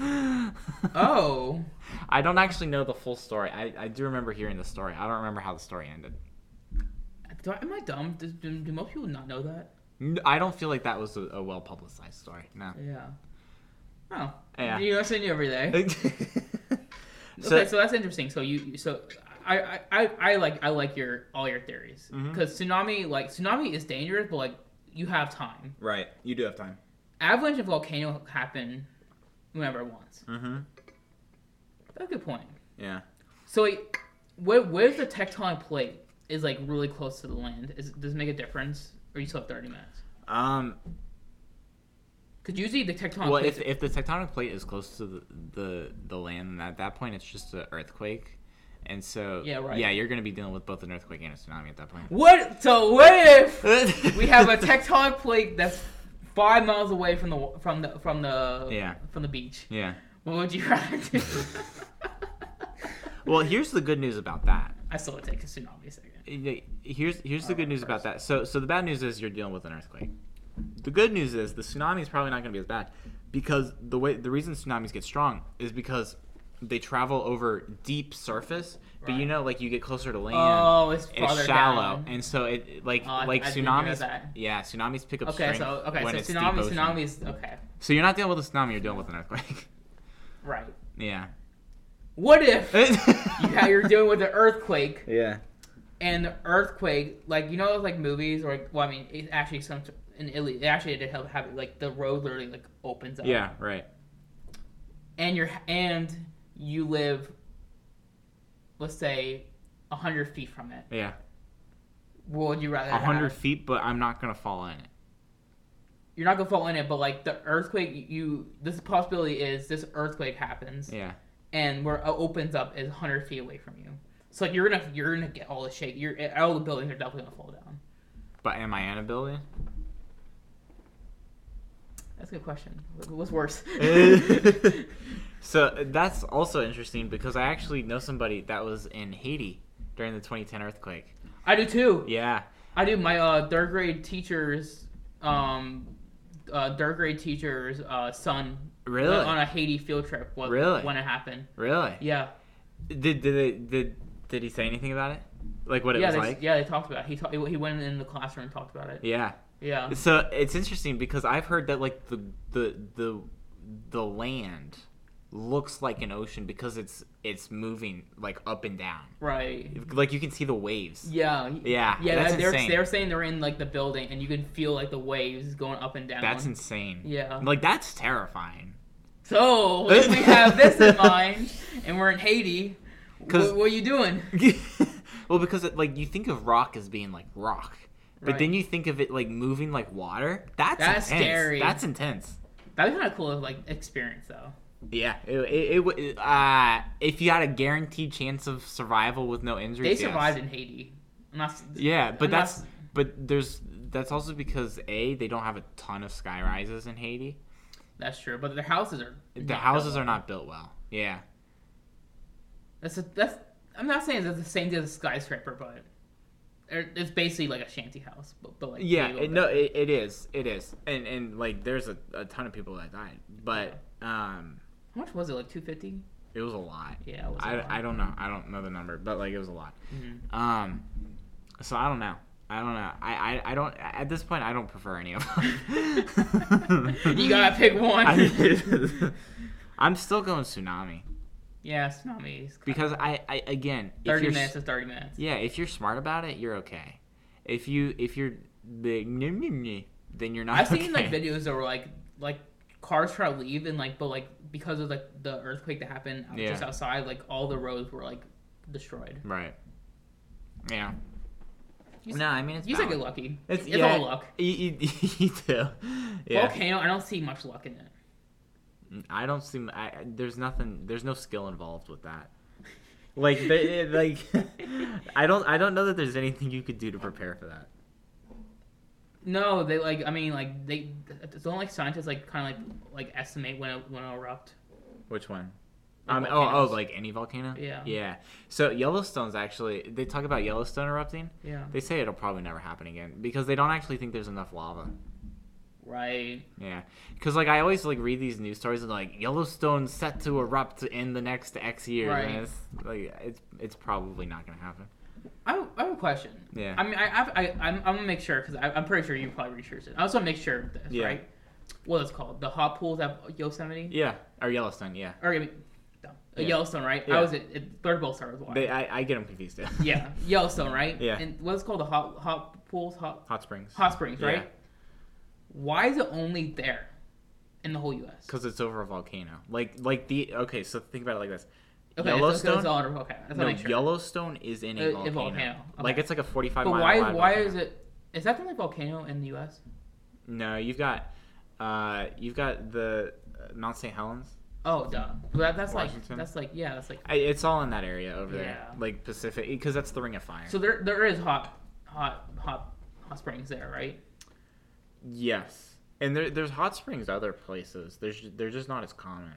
Oh, I don't actually know the full story. I, I do remember hearing the story. I don't remember how the story ended. do I, am I dumb? Do, do, do most people not know that? N- I don't feel like that was a, a well publicized story. No. Yeah. Oh, Yeah. you listen to every day. so, okay, so that's interesting. So you, so I, I, I, I like, I like your all your theories Mhm. because tsunami, like tsunami is dangerous, but like you have time. right, you do have time. Avalanche and volcano happen whenever it wants. Mm-hmm. That's a good point. Yeah. So wait, where, where's the tectonic plate is like really close to the land? Is, does it make a difference, or you still have thirty minutes? Um. Because usually the tectonic Well, plate. if, if the tectonic plate is close to the the, the land, then at that point it's just an earthquake, and so Yeah, right. yeah, you're gonna be dealing with both an earthquake and a tsunami at that point. what? So what if we have a tectonic plate that's five miles away from the from the from the Yeah. from the beach? Yeah. What would you rather do? Well, here's the good news about that. I still would take a tsunami second. Here's here's Oh, the good news about that. So so the bad news is you're dealing with an earthquake. The good news is the tsunami is probably not going to be as bad because the way the reason tsunamis get strong is because they travel over deep surface, but you Right. know like you get closer to land. Oh, it's farther it's shallow, down. and so it- it like Oh, I- like I didn't hear tsunamis. that. Yeah, tsunamis pick up okay, strength so okay, when it's so deep tsunami, ocean. tsunami is okay, So you're not dealing with a tsunami, you're dealing with an earthquake. right? yeah. What if yeah, yeah, you're dealing with an earthquake, Yeah. and the earthquake, like you know, those, like movies, or like, well, I mean, it actually some in Italy, it actually did have, have it, like the road literally like opens up. Yeah. Right. and you're and you live, let's say, hundred feet from it. Yeah. What would you rather? A hundred have? feet, but I'm not gonna fall in it. You're not gonna fall in it, but like the earthquake, you this possibility is this earthquake happens, Yeah. and where it opens up is hundred feet away from you. So like you're gonna you're gonna get all the shake. You're all the buildings are definitely gonna fall down. But am I in a building? That's a good question. What- What's worse? so that's also interesting because I actually know somebody that was in Haiti during the 2010 earthquake. I do too. Yeah. I do. My uh, third grade teacher's, um, uh, third grade teacher's uh, son Really? went on a Haiti field trip. What, Really? When it happened? Really? Yeah. Did did they, did did he say anything about it? Like what it yeah. was They, like? Yeah. They talked about. It. He ta- he went in the classroom and talked about it. yeah. Yeah. So it's interesting because I've heard that like the the the the land looks like an ocean because it's it's moving like up and down. Right. Like you can see the waves. Yeah. Yeah, Yeah. that's they were insane. they were saying they're in like the building and you can feel like the waves going up and down. That's insane. Yeah. Like that's terrifying. so if we have this in mind and we're in Haiti. 'Cause- What, what are you doing? well, because it, like you think of rock as being like rock, but Right. then you think of it like moving like water. That's That's intense. scary. That's intense. That'd be kind of cool, to, like experience though. Yeah, it, it, it, would- uh, if you had a guaranteed chance of survival with no They injuries, yes. survived in Haiti. I'm not- Yeah, but I'm not- that's but there's that's also because a they don't have a ton of sky rises in Haiti. That's true, but their houses are The houses are not built well. Yeah, That's a, that's. I'm not saying that's the same thing as a skyscraper, but it- it's basically like a shanty house, but, but like yeah, way lower. it, no, it, it is, it is, and and like there's a, a ton of people that died, but um, How much was it? Like two fifty? it was a lot. Yeah, it was a lot. I, I don't know. I don't know the number, but like it was a lot. Mm-hmm. Um, so I don't know. I don't know. I, I, I don't at this point. I don't prefer any of them. you gotta pick one. I, I'm still going tsunami yeah, tsunamis. because I, I again if thirty you're minutes s- is thirty minutes. yeah, if you're smart about it, you're okay. If you if you're big then you're not. I've seen okay. like videos that were like like cars try to leave and like but like because of like the earthquake that happened out- Yeah. just outside, like all the roads were like destroyed. Right. Yeah. You s- no, I mean it's. You said get valid. lucky. It's, It's, yeah, all luck. You, you, you do. Yeah. Volcano, I don't see much luck in it. I don't seem. I, I- there's nothing. There's no skill involved with that. Like, they, it- like, I don't. I don't know that there's anything you could do to prepare for that. No, they like. I mean, like they don't like scientists like kind of like like estimate when it when it'll erupt. Which one? Like um. Oh, volcanoes. oh, like any volcano. Yeah. Yeah. So Yellowstone's actually. They talk about Yellowstone erupting. Yeah. They say it'll probably never happen again because they don't actually think there's enough lava. right? Yeah, because like I always like read these news stories and like Yellowstone set to erupt in the next X years, Right. and it's like it's it's probably not gonna happen. I, I have a question. Yeah. I mean, I, I, I I'm, I'm gonna make sure because I'm pretty sure you probably researched it. I also wanna make sure of this, Yeah. right? What it's called, the hot pools at Yosemite, Yeah, or Yellowstone. Yeah, or I mean, no, Yeah. Yellowstone, right? Yeah. I was at, at third bowl star was watching. they, I I get them confused. yeah. yeah, Yellowstone, right? Yeah. And what's called the hot hot pools, hot Hot springs. hot springs, Yeah. right? Why is it only there in the whole U.S.? Because it's over a volcano. Like like the okay. So think about it like this. Okay, Yellowstone. It's, it's all under volcano. That's no, make sure. Yellowstone is in a A- a volcano. volcano, Like okay. it's like a forty-five. but mile why wide why volcano. is it? Is that the only volcano in the U.S.? No, you've got, uh, you've got the uh, Mount St. Helens. Oh, duh. Well, that, that's Washington? like that's like yeah, that's like. I, it's all in that area over there, Yeah. like Pacific, because that's the Ring of Fire. So there there is hot hot hot hot springs there, right? yes, and there, there's hot springs other places. There's they're just not as common.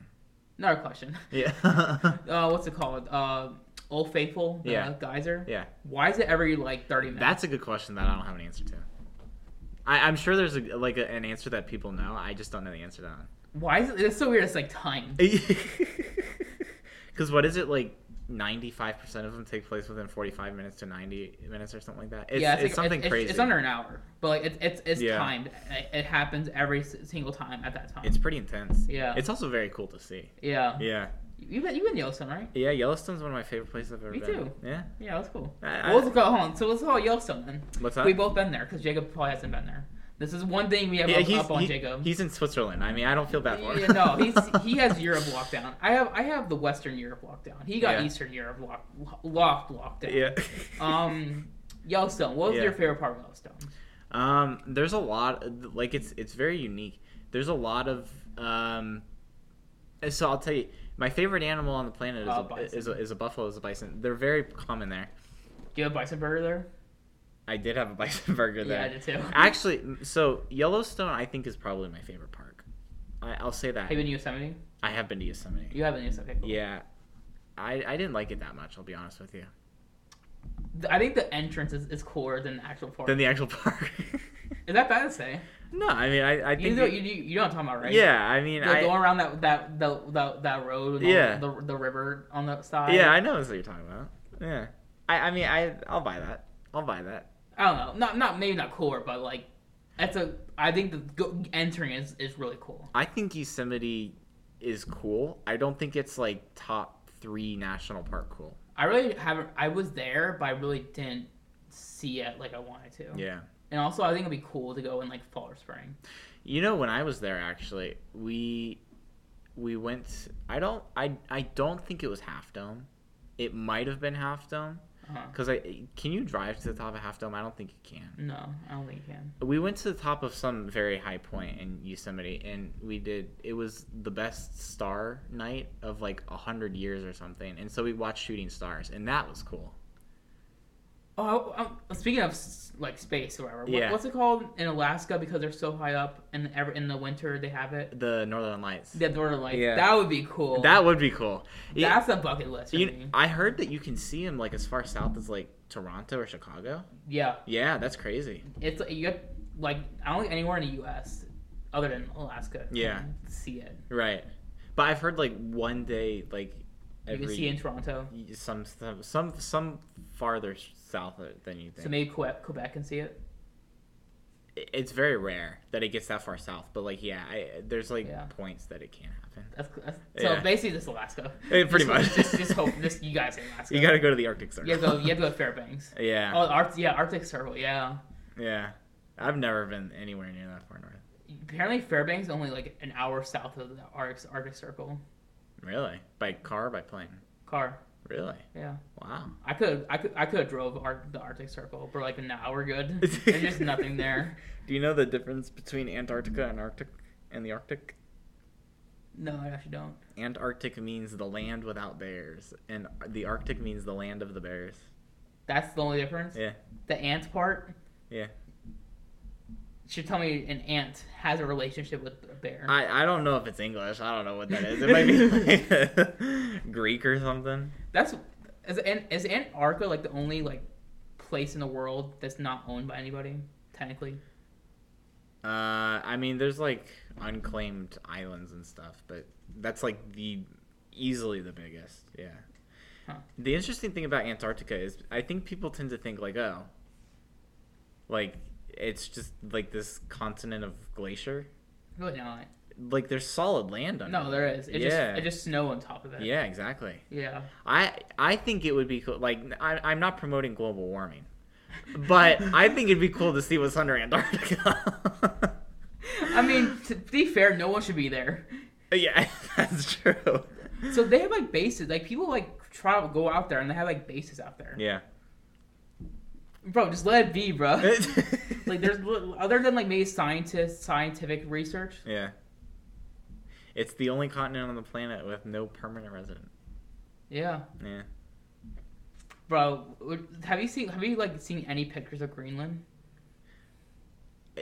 Another question. Yeah, Uh, what's it called? Uh, Old Faithful. The Yeah. Geyser. yeah. Why is it every like thirty minutes? That's a good question that I don't have an answer to. I, I'm sure there's a, like a, an answer that people know. I just don't know the answer to that one. why is it? It's so weird. It's like time. Because what is it like? Ninety-five percent of them take place within forty-five minutes to ninety minutes or something like that. It's, it's, like- something it's, crazy. It's, under an hour, but like it, it's it's Yeah. timed. It, it happens every s- single time at that time. It's pretty intense. Yeah. It's also very cool to see. yeah. Yeah. You been you been Yellowstone, right? Yeah. Yellowstone's one of my favorite places I've ever Me been. too. Yeah. Yeah, that's cool. I- well, let's go home. So let's call it Yellowstone then. What's that? We both been there because Jacob probably hasn't been there. This is one thing we have yeah, up, he's, up on he- Jacob. he's in Switzerland. I mean, I don't feel bad for Yeah, him. no, he's he has Europe locked down. I have I have the Western Europe locked down. He got Yeah. Eastern Europe locked locked locked down. yeah. Um, Yellowstone. What was Yeah. your favorite part of Yellowstone? Um, there's a lot like it's it's very unique. There's a lot of um so I'll tell you my favorite animal on the planet is, Uh, a, bison. is, a, is a buffalo, is a bison. They're very common there. Do you have bison burger there? I did have a bison burger there. Yeah, I did too. Actually, so Yellowstone I think is probably my favorite park. I, I'll say that. Have you been to Yosemite? I have been to Yosemite. You haven't. Yosemite. Okay, cool. Yeah, I I didn't like it that much. I'll be honest with you. I think the entrance is, is cooler than the actual park. Than the actual park. is that bad to say? no, I mean I I You think. know, it- you, you, you know what I'm talking about, right? yeah, I mean The, I. going around that that the, that, that road. and all Yeah. The, the river on the side. yeah, I know what you're talking about. Yeah, I I mean I I'll buy that. I'll buy that. I don't know. Not not maybe not cooler, but like that's a. I think the go, entering is is really cool. I think Yosemite is cool. I don't think it's like top three national park cool. I really haven't. I was there, but I really didn't see it like I wanted to. Yeah. And also, I think it'd be cool to go in like fall or spring. You know, when I was there, actually, we we went. I don't. I I don't think it was Half Dome. It might have been Half Dome. Uh-huh. Cause I can you drive to the top of Half Dome? I don't think you can. No, I don't think you can. We went to the top of some very high point in Yosemite, and we did. It was the best star night of like a hundred years or something, and so we watched shooting stars, and that was cool. Oh, I- I'm- speaking of s- like space or whatever, what- Yeah. what's it called in Alaska because they're so high up and ever in the winter they have it? The Northern Lights. The northern lights. Yeah. That would be cool. That would be cool. Yeah. That's a bucket list for You, me. I heard that you can see them like as far south as like Toronto or Chicago. Yeah, Yeah, that's crazy. it's you get like I don't think anywhere in the U.S. other than Alaska. Yeah. can see it. Right. But I've heard like one day like You every can see it in Toronto, some some some some farther south uh, than you think. so maybe Quebec, Quebec can see it. It- it's very rare that it gets that far south, but like yeah, I, there's like Yeah. points that it can happen. That's, that's so Yeah. basically just Alaska. Eh, pretty Just- much. Just, just hope this you guys in Alaska. You got to go to the Arctic Circle. You have to go. You have to go to Fairbanks. yeah. Oh, Art, yeah, Arctic Circle. Yeah. Yeah. I've never been anywhere near that far north. Apparently, Fairbanks is only like an hour south of the Arctic, Arctic Circle. Really? By car, by plane. Car. Really? Yeah. Wow. I could I could I could have drove Ar- the Arctic Circle for like an hour good. There's just nothing there. Do you know the difference between Antarctica and Arctic and the Arctic? No, I actually don't. Antarctic means the land without bears, and the Arctic means the land of the bears. That's the only difference. Yeah, The ant part. yeah. Should tell me an ant has a relationship with a bear. I, I don't know if it's English. I don't know what that is. It might be like Greek or something. That's is An- is Antarctica like the only like place in the world that's not owned by anybody technically? Uh, I mean, there's like unclaimed islands and stuff, but that's like the easily the biggest. Yeah. Huh. The interesting thing about Antarctica is I think people tend to think like, oh, like it's just like this continent of glacier. Really not. Like there's solid land on No, it. there is. It Yeah. just it just snow on top of it. Yeah, exactly. Yeah. I I think it would be cool. Like I, I'm not promoting global warming, but I think it'd be cool to see what's under Antarctica. I mean, to be fair, no one should be there. yeah, that's true. So they have like bases. Like people like travel go out there and they have like bases out there. Yeah. Bro, just let it be, bro. like there's li- other than like maybe scientists, scientific research. yeah. It's the only continent on the planet with no permanent resident. Yeah. Yeah. Bro, would- have you seen have you like seen any pictures of Greenland?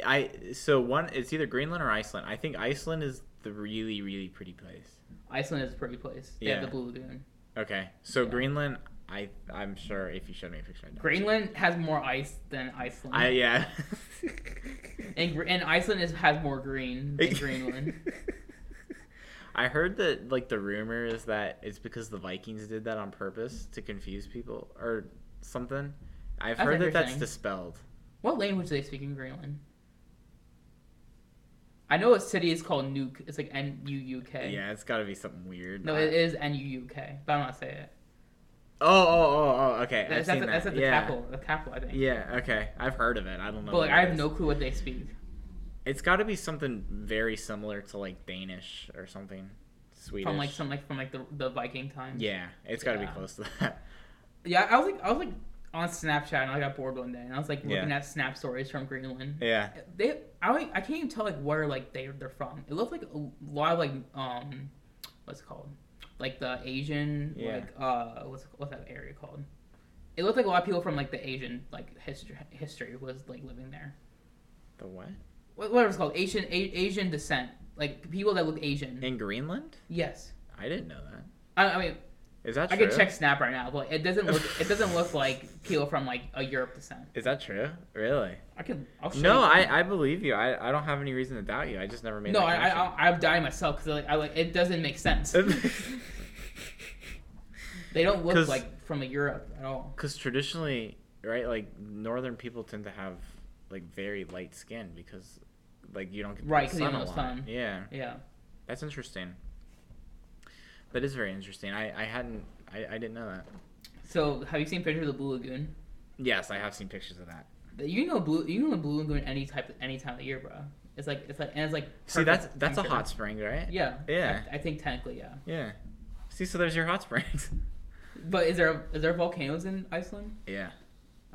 I so one it's either Greenland or Iceland. I think Iceland is the really really pretty place. Iceland is a pretty place. They have Yeah. the Blue Lagoon. Okay. So Yeah. Greenland I I'm sure if you showed me a picture I'd Greenland has more ice than Iceland. I yeah. and, Gre- and Iceland is, has more green than Greenland. I heard that like the rumor is that it's because the Vikings did that on purpose to confuse people or something. I've That's heard that that's interesting. dispelled. What language do they speak in Greenland? I know a city is called Nuke. It's like N U U K. Yeah, it's got to be something weird. No, I- it is N U U K, but I'm not saying it. Oh, oh, oh, oh, okay. I've That's, seen at the, that. that's at the yeah. capital. The capital, I think. Yeah, okay. I've heard of it. I don't know. But like, what I it have is. no clue what they speak. It's got to be something very similar to like Danish or something. Swedish. From like some like from like the, the Viking time. Yeah, it's got to Yeah. be close to that. Yeah, I was like I was like on Snapchat and I got bored one day and I was like Yeah. looking at snap stories from Greenland. Yeah. They I don't- e, I can't even tell like where like they they're from. It looked like a lot of like um what's it called? Like the Asian Yeah. like uh what's what's that area called? It looked like a lot of people from like the Asian like history history was like living there. The what? What whatever it's called, Asian a- Asian descent, like people that look Asian. In Greenland? yes, I didn't know that. I, I mean Is that I true? could check Snap right now, but it doesn't look it doesn't look like people from like a Europe descent. Is that true? Really? I can. I'll show No, you. I, I believe you. I, I don't have any reason to doubt you. I just never made no, that I, I, connection. I I'm dying myself because like, I like it doesn't make sense. they don't look 'Cause- like from Europe at all. Because traditionally, right, like northern people tend to have like very light skin because, like, you don't get the Right, 'cause you sun don't a have lot. sun. Yeah, Yeah, that's interesting. That is very interesting. I I hadn't I, I didn't know that. so have you seen pictures of the Blue Lagoon? Yes, I have seen pictures of that. You know blue. You know the Blue Lagoon any type, any time of the year, bro. It's like it's like and it's like. See, that's perfect that's a temperature. hot spring, right? Yeah. Yeah. I, I think technically, yeah. Yeah. See, so there's your hot springs. But is there is there volcanoes in Iceland? yeah.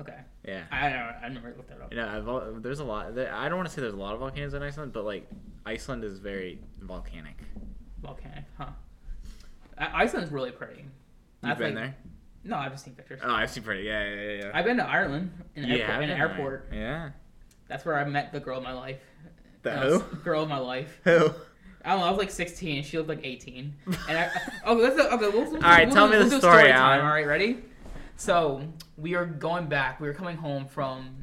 Okay, Yeah. I don't. know. I never looked that up. You know, I've al- there's a lot. There, I don't want to say there's a lot of volcanoes in Iceland, but like Iceland is very volcanic. Volcanic, huh? I- Iceland's really pretty. You've That's been like- there? No, I've just seen pictures. Oh, I've seen pretty. Yeah, yeah, yeah. yeah. I've been to Ireland in, an You airport, have in an been there. airport. Yeah. That's where I met the girl of my life. The Uh, who? Girl of my life. Who? I don't know. I was like 16. and She looked like 18. And I, okay, let's do- okay. We'll, we'll, All right, we'll, tell me we'll the do story, time. Alan. All right, ready? So we are going back. We were coming home from.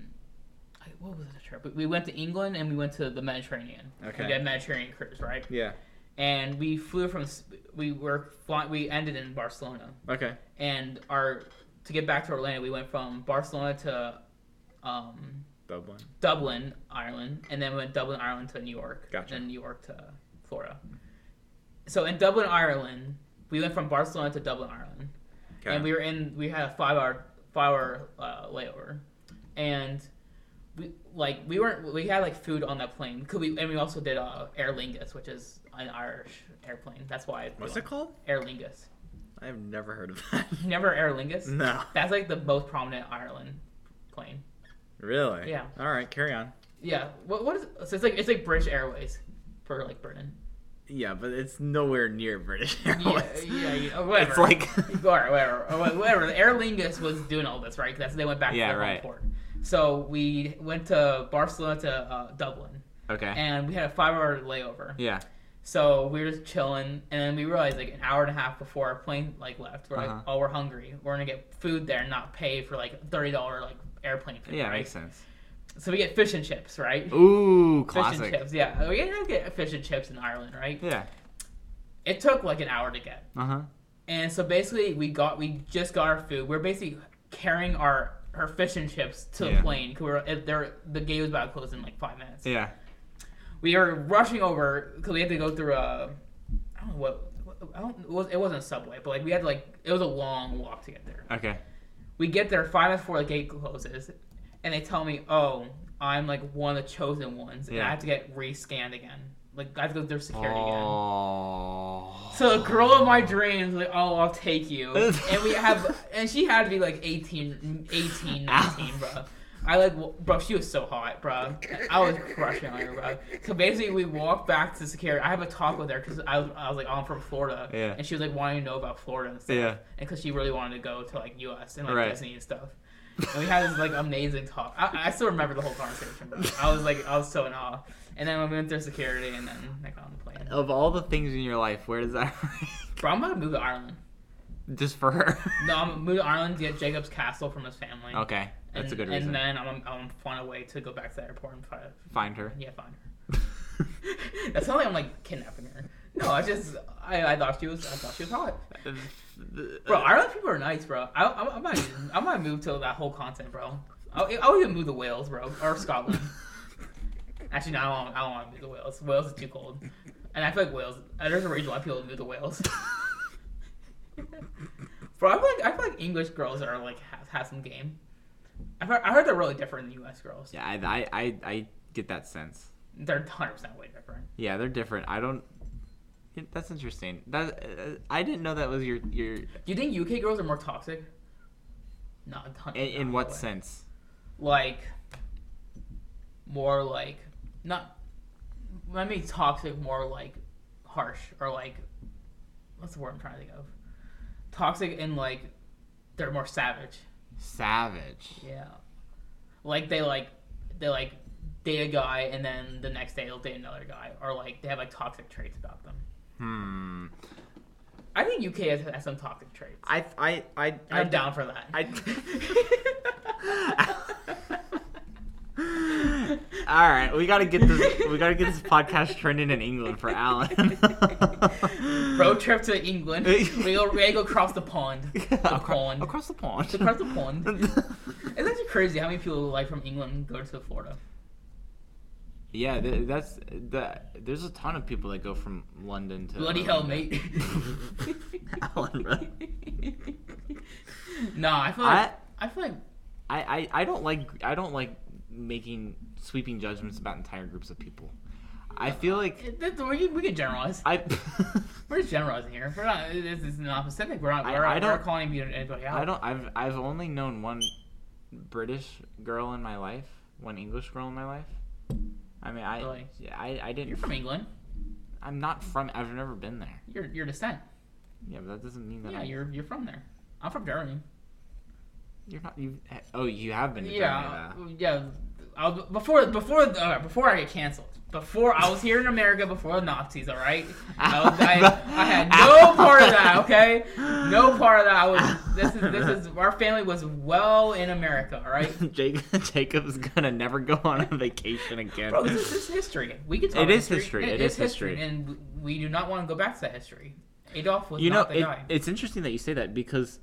like, What was the trip? We- We went to England and we went to the Mediterranean. Okay. We had Mediterranean cruise, right? Yeah. And we flew from. S- We were fly, We ended in Barcelona, Okay. and our to get back to Orlando, we went from Barcelona to um, Dublin. Dublin, Ireland, and then went Dublin, Ireland to New York, Gotcha. and then New York to Florida. So in Dublin, Ireland, we went from Barcelona to Dublin, Ireland, Okay. and we were in. We had a five-hour five-hour uh, layover, and we like we weren't. We had like food on that plane. Could we? And we also did uh, Aer Lingus, which is an Irish airplane. That's why. we What's it went called? Aer Lingus. I have never heard of that. Never Aer Lingus. no. That's like the most prominent Ireland plane. Really? Yeah. All right, carry on. Yeah. What, what is so it's like it's like British Airways for like Britain. Yeah, but it's nowhere near British Yeah, Airways. yeah, yeah. oh, It's Whatever. like or whatever, or wha- whatever. The Aer Lingus was doing all this, right? 'Cause That's they went back Yeah, to their home right. port. So we went to Barcelona to uh, Dublin, okay. and we had a five-hour layover. Yeah. So we were just chilling, and then we realized like an hour and a half before our plane like left, we're Uh-huh. like, oh, we're hungry. We're gonna get food there, and not pay for like thirty dollar like airplane food. Yeah, right? makes sense. So we get fish and chips, right? Ooh, Fish and classic. chips, yeah. We don't get fish and chips in Ireland, right? Yeah. It took like an hour to get, Uh huh. and so basically we got we just got our food. We are basically carrying our her fish and chips to the Yeah. plane. 'cause we We're if there the gate was about to close in like five minutes. Yeah. We were rushing over because we had to go through a I don't know what. I don't, it, was, it wasn't a subway, but like we had to like it was a long walk to get there. Okay. We get there five minutes before the gate closes, and they tell me, "Oh, I'm like one of the chosen ones, and Yeah. I have to get re-scanned again. Like I have to go through security again." Oh. So the girl of my dreams, like, "Oh, I'll take you," and we have, and she had to be like 18, 18, 19, bro. I like, w- bro, she was so hot, bro. I was crushing on her, bro. So basically, we walked back to security. I have a talk with her because I was, I was like, oh, I'm from Florida, Yeah. and she was like wanting to know about Florida and stuff Yeah. and because she really wanted to go to like U.S. and like Right. Disney and stuff. And we had this like amazing talk. I, I still remember the whole conversation. Bro. I was like, I was so in awe. And then we went through security, and then I got on the plane. Of all the things in your life, where does that rank? Bro, I'm about to move to Ireland. Just for her. No, I'm gonna move to Ireland to get Jacob's castle from his family. Okay. That's and, a good reason. And then I'm I'm on a way to go back to the airport and find Find her. yeah find her. That's not like I'm like kidnapping her. No, I just I, I thought she was I thought she was hot. Uh, Bro, Ireland people are nice, bro. I, I, I might, I might move to that whole continent, bro. I, I would even move to Wales, bro, or Scotland. Actually, no, I don't, I don't want to move to Wales. Wales is too cold, and I feel like Wales. uh, There's a reason why people move to Wales. bro, I feel like I feel like English girls are like have, have some game. I heard, I heard they're really different than U.S. girls. yeah, I, I, I, I get that sense. They're 100 percent way different. Yeah, they're different. I don't. Yeah, That's interesting. That uh, I didn't know that was your your. Do you think U.K. girls are more toxic? No, not- In, in not what way. sense? like more like not I mean toxic more like harsh or like what's the word I'm trying to think of? Toxic and like they're more savage. Savage. Yeah. Like they like they like date a guy and then the next day they'll date another guy or like they have like toxic traits about them. Hmm. I think UK has, has some toxic traits. I I I And I'm down for that. All right, we gotta get this. We gotta get this podcast trending in England for Alan. Road trip to England. we go, we go across the pond. The across, pond. across the pond. Across the pond. pond. It's actually crazy how many people like from England go to Florida. yeah, th- that's that. There's a ton of people that go from London to. Bloody hell, Orlando. mate. Alan, bro. nah, I feel like I- I, feel like I, I, I don't like I don't like making sweeping judgments about entire groups of people. I feel like it- it- we, can- we can generalize. I We're just generalizing here. We're not. This is not specific. We're not. I- We're, not- I we're don't- not calling you anybody out. I don't I've I've only known one British girl in my life, one English girl in my life. I mean I Really? yeah, I, I You're didn't from England. I'm not from I've never been there. You're your descent. Yeah, but that doesn't mean that Yeah, I'm, you're you're from there. I'm from Germany. you're not you oh you have been to Yeah, Germany yeah. I was, before before uh, before I get canceled. Before I was here in America before the Nazis. All right. I, was, I, I had no part of that. Okay. No part of that. I was. This is this is our family was well in America. All right. though. Jacob Jacob's gonna never go on a vacation again. Bro, this is, this is history. We can talk. It about is history. It is history. and w- we do not want to go back to that history. Adolf was you know not the it, guy. it's interesting that you say that because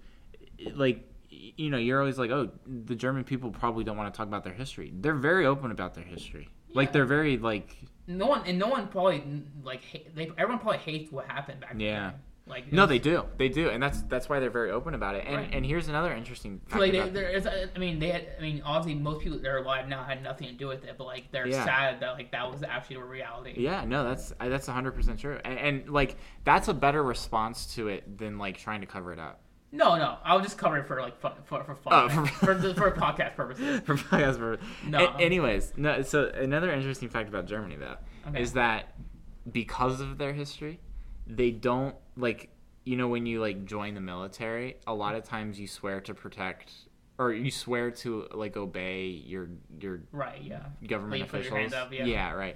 like y- you know you're always like oh the german people probably don't want to talk about their history they're very open about their history Yeah. like they're very like no one and no one probably like ha- they, everyone probably hates what happened back. Yeah. Then. Like it no was- they do they do and that's that's why they're very open about it and Right. and here's another interesting So fact like they, about- there is, I mean, they had, I mean, obviously most people that are alive now had nothing to do with it, but like they're Yeah. sad that like that was actually a reality. yeah no that's I- that's 100% true and, and like that's a better response to it than like trying to cover it up No, no, I'll just cover it for like fun, for for fun, Oh, for- for, for, for podcast purposes. for podcast purposes. No. uh-huh. A- anyways, no. So another interesting fact about Germany, though, Okay. is that because of their history, they don't like you know when you like join the military, a lot of times you swear to protect or you swear to like obey your your Right? Yeah. government Like, you put officials. your hand up, yeah. right.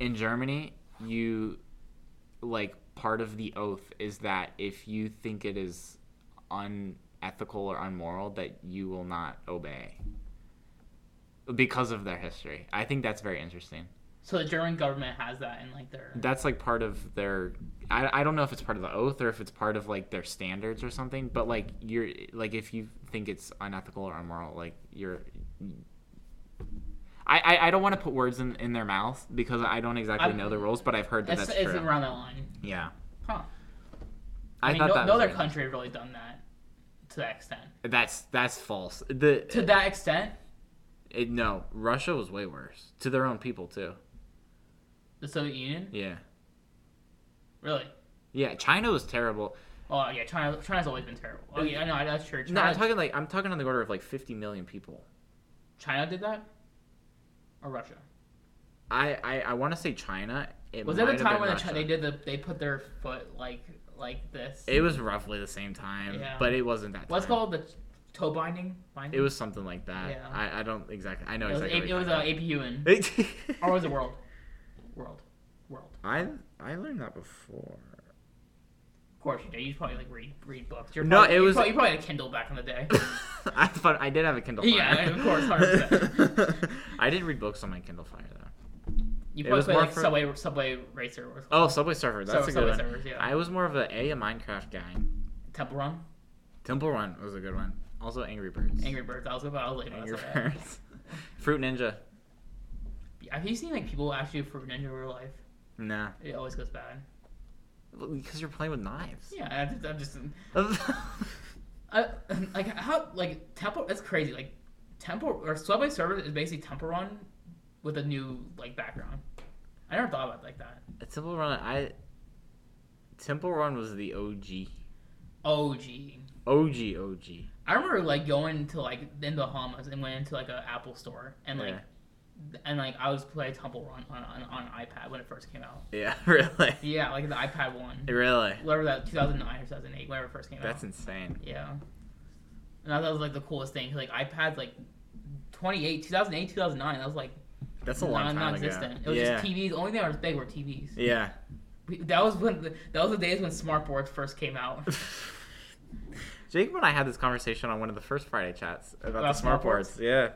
In Germany, you like part of the oath is that if you think it is unethical or unmoral, that you will not obey. because of their history. I think that's very interesting. So the German government has that in like their. That's like part of their. I, I don't know if it's part of the oath or if it's part of like their standards or something. But like you're like if you think it's unethical or immoral, like you're. I, I, I don't want to put words in, in their mouth because I don't exactly I've- know the rules, but I've heard that It's, that's it's true. around that line. Yeah, Huh. I, I, mean, thought no, that no was other very- country had really done that to that extent. That's that's false. The To that extent, it, no Russia was way worse to their own people too. the Soviet Union Yeah, really. yeah. China was terrible. Oh yeah, China. China's always been terrible. Oh yeah, no, that's true. China, No, I'm talking like I'm talking on the order of like 50 million people. China did that, or Russia. I I, I want to say China. It Was that might the have time been when the Russia. Chi- they did the they put their foot like like this? It was roughly the same time, Yeah. but it wasn't that. What's time. called the toe binding? binding? It was something like that. Yeah. I, I don't exactly. I know It was, exactly. a, it was uh, a APU in, or was it world? World, world. I I learned that before. Of course you did. You probably like read read books. You're No, probably, it you was- probably, you probably had a Kindle back in the day. I thought I did have a Kindle. Fire. Yeah, of course, 100%. I didn't read books on my Kindle Fire though. You probably was played more like for- Subway Subway Racer or Oh, Subway Surfer. That's Sub- a good Subway one. Surfers, yeah. I was more of a a, a Minecraft guy. Oh. Temple Run, Temple Run was a good one. Also Angry Birds. Angry Birds. I was about I was like, Angry that's all right. Birds. Fruit Ninja. Have you seen like people actually for Ninja in real life? Nah. It always goes bad. Well, Because you're playing with knives. Yeah, I just, I'm just I, like how like Temple. It's crazy. Like Temple or Subway Surfers is basically Temple Run with a new like background. I never thought about it like that. Temple Run, I. Temple Run was the OG. Oh gee. OG, OG. I remember like going to like in Bahamas and went into like an Apple store and like and like I was playing Temple Run on, on on an iPad when it first came out. Yeah, really. Yeah, like the iPad one, Really. whatever that 2009 or 2008, whenever it first came That's out. insane. yeah, and I thought that was like the coolest thing. 'cause, Like iPads, like 28, 2008, 2009. That was like That's a long time non-existent. ago. It was yeah. just TVs. The only thing that was big were TVs. Yeah. We- That was when the, that was the days when smart boards first came out. Jacob and I had this conversation on one of the first Friday chats about, About the smart smartboards? boards. Yeah.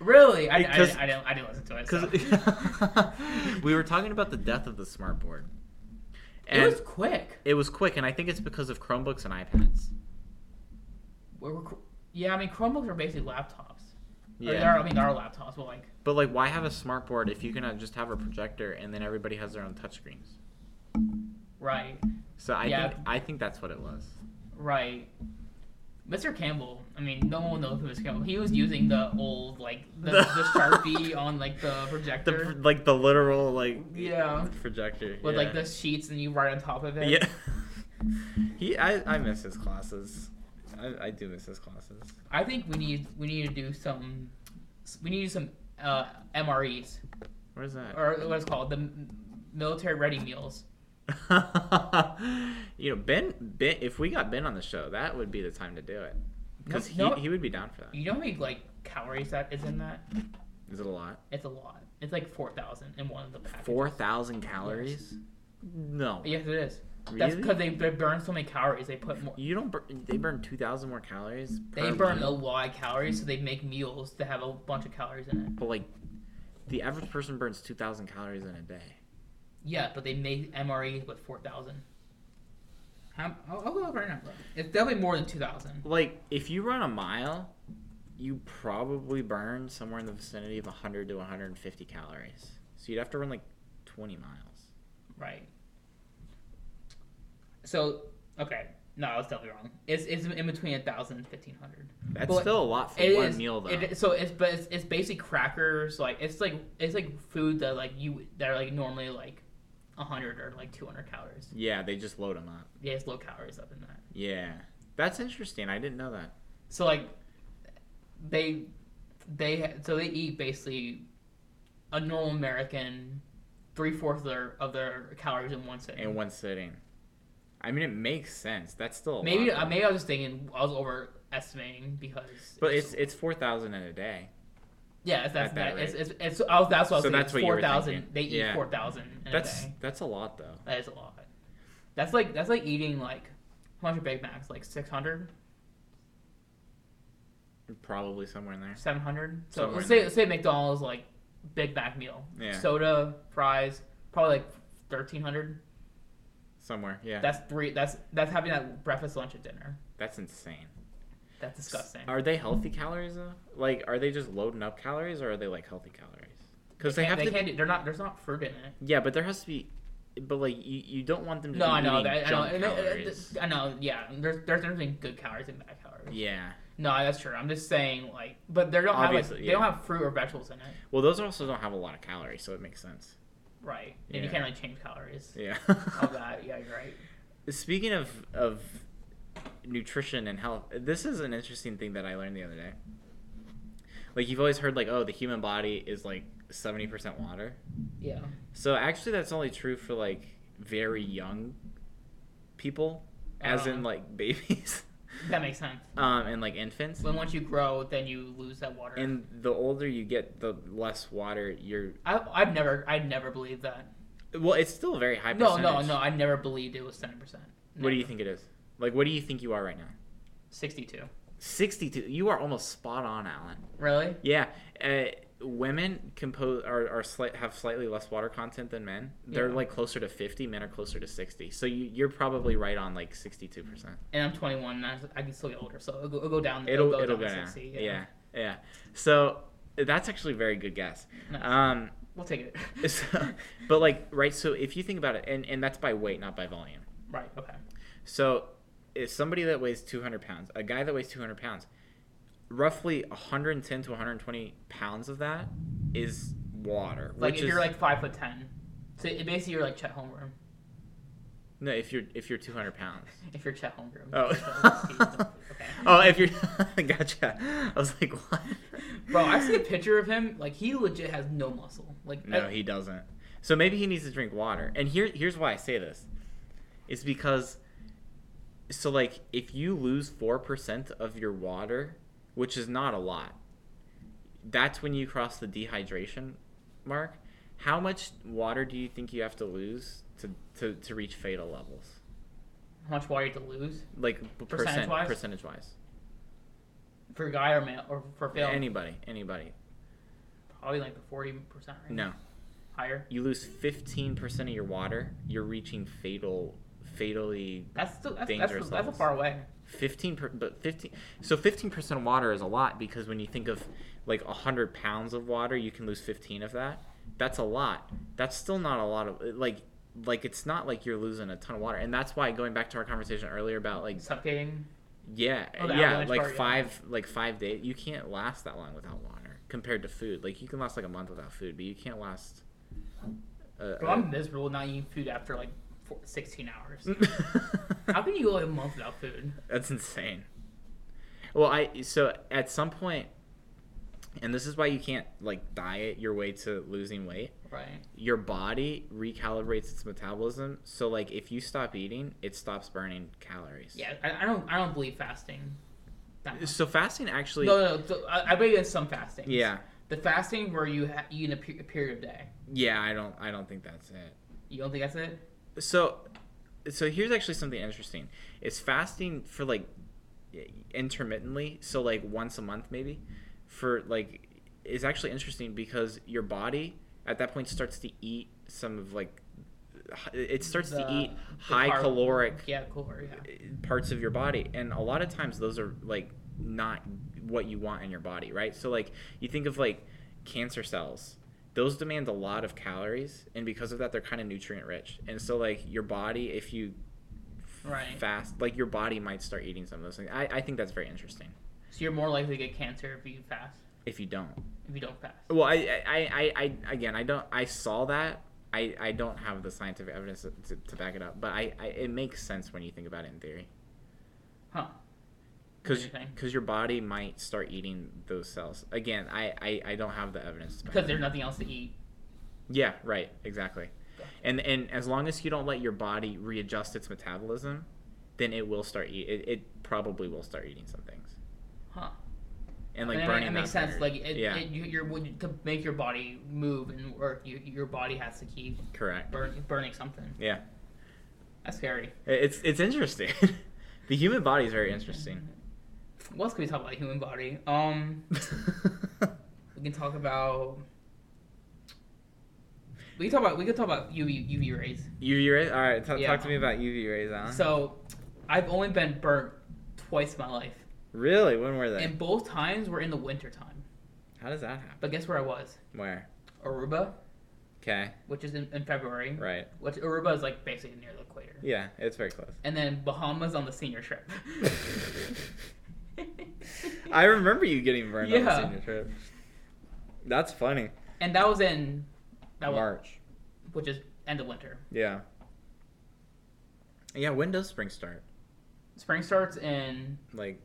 really, I, I, Because- didn't- I didn't I didn't listen to it. so. Because we were talking about the death of the smart board. And it was quick. quick, and I think it's because of Chromebooks and iPads. We're, we're- yeah, I mean Chromebooks are basically laptops. Yeah. Yeah. I mean, they are laptops, but like, But like, why have a smart board if you can uh, just have a projector and then everybody has their own touchscreens? right, So I Yeah. think I think that's what it was. right. Mr. Campbell, I mean, no one knows who Mr. Campbell. He was using the old like the, the sharpie on like the The projector pr- like the literal like Yeah. projector with yeah. like the sheets, and you write on top of it. yeah. he I, I miss his classes. I, I do miss his classes. I think we need we need to do some we need to do some uh, MREs Where's that? or what it's called the military ready meals. you know, Ben, Ben. If we got Ben on the show, that would be the time to do it because he, No, no. he would be down for that. You know how many like calories that is in that? Is it a lot? It's a lot. It's like four thousand in one of the packages. Four thousand calories? No, Yes, it is. That's Really? because they, they burn so many calories. They put more. you don't. Bur- they burn two thousand more calories. They per burn a meal? lot of calories, so they make meals that have a bunch of calories in it. But like, the average person burns two thousand calories in a day. Yeah, but they make MREs with four thousand. I'll, I'll go up right now. It's definitely more than two thousand. Like, if you run a mile, you probably burn somewhere in the vicinity of hundred to one hundred and fifty calories. So you'd have to run like twenty miles. Right. So okay, no, I was definitely wrong. It's it's in between a thousand and fifteen hundred. That's But still a lot for It one is- meal, though. it is- so it's but it's, it's basically crackers. Like it's like it's like food that like you that are like normally like hundred or like two hundred calories. Yeah, they just load them up. Yeah, it's low calories up in that. Yeah, that's interesting. I didn't know that. So like they they so they eat basically a normal American three fourths of their of their calories in one sitting. In one sitting. I mean, it makes sense. That's still a Maybe lot, uh, maybe I was just thinking I was overestimating because. but it's it's four thousand in a day. yeah, it's, that's at that that. It's, it's, it's, oh, that's what I was So thinking. that's what you were four thousand. thinking. They eat Yeah. four thousand in That's a day. that's a lot though. That is a lot. That's like that's like eating like how much are Big Macs? Like six hundred. Probably somewhere in there. seven hundred. So Somewhere let's in say there. let's say McDonald's like Big Mac meal, Yeah. soda, fries, probably like thirteen hundred. Somewhere. Yeah. That's, That's three. That's that's having that breakfast, lunch, and dinner. insane. That's disgusting. Are they healthy calories though? Like, are they just loading up calories or are they like healthy calories? Because they, They have can't to. do, they're not. There's not fruit in it. Yeah, but there has to be. But like, you, you don't want them to No, be I know eating that. I know. junk I know, uh, calories. th- I know. Yeah, there's there's there's been good calories and bad calories. yeah. No, that's true. I'm just saying like, but they don't have like, Obviously, they don't yeah. have fruit or vegetables in it, Well, those also don't have a lot of calories, so it makes sense. right? And you Yeah. can't really change calories. Yeah. Oh god, yeah, you're right. Speaking of of nutrition and health, this is an interesting thing that I learned the other day. Like you've always heard, like oh, the human body is like seventy percent water. Yeah. So actually, that's only true for like very young people, as Uh. in like babies, That makes sense. um, and like infants. When once you grow, then you lose that water. And the older you get, the less water you're. I, I've never, I never believed that. Well, it's still a very high. No, Percentage. no, no. I never believed it was seventy percent. What do you think it is? Like, what do you think you are right now? Sixty-two. Sixty-two. You are almost spot on, Alan. Really? Yeah, uh, women compose are, are slight have slightly less water content than men. They're Yeah. like closer to fifty. Men are closer to sixty. So you, you're probably right on like sixty-two percent. And I'm 21. And I, I can still get older, so it'll go, it'll go down. It'll it'll down go to down. 60, Yeah. yeah, So that's actually a very good guess. Nice. Um, We'll take it. so, but like right, so if you think about it, and and that's by weight, not by volume. right. Okay. So if somebody that weighs two hundred pounds, a guy that weighs two hundred pounds, roughly one hundred and ten to one hundred and twenty pounds of that is water. Like which if is, you're like five foot ten, so it, basically you're like Chet Holmgren. No, if you're if you're 200 pounds. If you're Chet Holmgren. Oh. okay. oh, if you're gotcha. I was like, what? Bro, I see a picture of him. Like he legit has no muscle. Like No, I- he doesn't. So maybe he needs to drink water. And here here's why I say this. It's because so like if you lose 4% of your water, which is not a lot. That's when you cross the dehydration mark. How much water do you think you have to lose to to, to reach fatal levels? how much water you have to lose Like percent Percentage-wise? percentage wise. for a guy or male or for Yeah, female? Anybody, anybody. Probably like the forty percent range. No, Higher. you lose fifteen percent of your water. You're reaching fatal, fatally That's still that's that's, Dangerous that's, that's a levels. far away. fifteen. Per, but fifteen. So fifteen percent of water is a lot because when you think of like hundred pounds of water, you can lose fifteen of that. That's a lot. That's still not a lot of like like it's not like you're losing a ton of water. And that's why going back to our conversation earlier about like Suffocating. yeah Oh, the yeah avalanche like part, yeah. five like five days you can't last that long without water compared to food. Like you can last like a month without food, but you can't last. Uh, Bro, I'm miserable not eating food after like four, 16 hours. Mm. uh, How can you go like a month without food? That's insane. Well, I so at some point, and this is why you can't like diet your way to losing weight. Right. Your body recalibrates its metabolism, so like if you stop eating, it stops burning calories. Yeah, I, I don't. I don't believe fasting. That much. So fasting actually, No, no, no. So, I, I believe in some fasting. yeah, The fasting where you ha- eat in a, pe- a period of day. yeah. I don't, I don't think that's it. You don't think that's it? so so here's actually something interesting it's fasting for like intermittently so like once a month maybe for like is actually interesting because your body at that point starts to eat some of like it starts to The- eat the high carb- caloric Yeah, caloric. Yeah. parts of your body and a lot of times those are like not what you want in your body right so like you think of like cancer cells those demand a lot of calories and because of that they're kind of nutrient rich and so like your body if you Right. fast like your body might start eating some of those things i, I think that's very interesting So you're more likely to get cancer if you fast. if you don't If you don't fast. well i i i, I again i don't i saw that I, I don't have the scientific evidence to, to, to back it up, but I, I it makes sense when you think about it in theory. Huh. because Interesting. because your body might start eating those cells again i i, I don't have the evidence behind Because it. there's nothing else to eat. yeah right exactly and and as long as you don't let your body readjust its metabolism then it will start eat it, it probably will start eating some things Huh. and like And burning it, makes that sense. fat. Like it, yeah it, you, you're when you- to make your body move and work. You, your body has to keep correct burn, burning something. yeah That's scary. It- it's it's interesting the human body is very interesting What else can we talk about the human body? Um, we can talk about. We can talk about we can talk about UV UV rays. UV rays. All right, ta- Yeah. talk to me about UV rays, Alan. So, I've only been burnt twice in my life, really, when were they? and both times were in the wintertime. How does that happen? But guess where I was? Where? Aruba, Okay, which is in, in February. right. Which Aruba is like basically near the equator. Yeah, it's very close. And then Bahamas on the senior trip. I remember you getting burned on the Yeah. senior trip. That's funny. and that was in that was, March. which is end of winter. Yeah. Yeah, when does spring start? Spring starts in Like,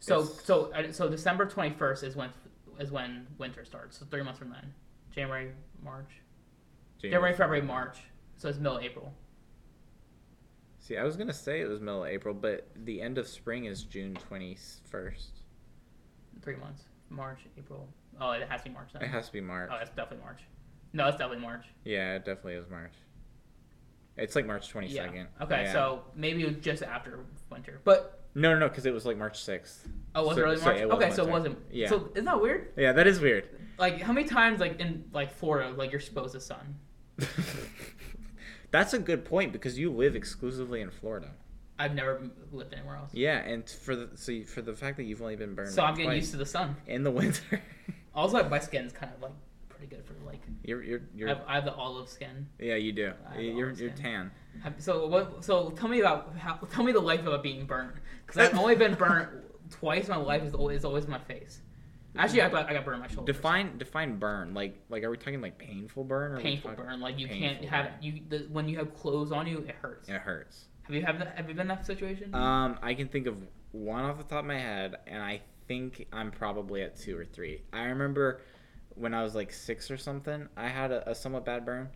so It's- so uh, so December twenty first is when is when winter starts. So three months from then, January, March, January, February, March. So it's middle of April. See, I was gonna say it was middle of April, but the end of spring is June twenty first. Three months. March, April. Oh, it has to be March then. It has to be March. Oh, that's definitely March. No, it's definitely March. yeah, it definitely is March. It's like March twenty Yeah. second. Okay, so maybe it was just after winter, but no, no, no, because it was like March sixth. oh, was So- it early so March? it was okay, so it winter. wasn't. Yeah. So isn't that weird? Yeah, that is weird. Like how many times like in like Florida like you're supposed to sun? That's a good point because you live exclusively in Florida. I've never lived anywhere else, Yeah, and for the so you, for the fact that you've only been burned so I'm twice getting used to the sun. in the winter. Also, like, my skin's kind of like pretty good for like you're you're, I you're have, I have the olive skin. yeah you do. I have You're olive you're skin. tan. Have- So what? So tell me about how, tell me the life about being burnt because I've only been burnt twice. in My life is always, is always my face. Actually, I got I got burnt on my shoulder. Define define burn like like are we talking like painful burn or are we painful talking- burn. Like you can't painful have burn. you the, when you have clothes on you, it hurts. It hurts. Have you have have you been in that situation? Um, I can think of one off the top of my head, and I think I'm probably at two or three. I remember when I was like six or something, I had a, a somewhat bad burn.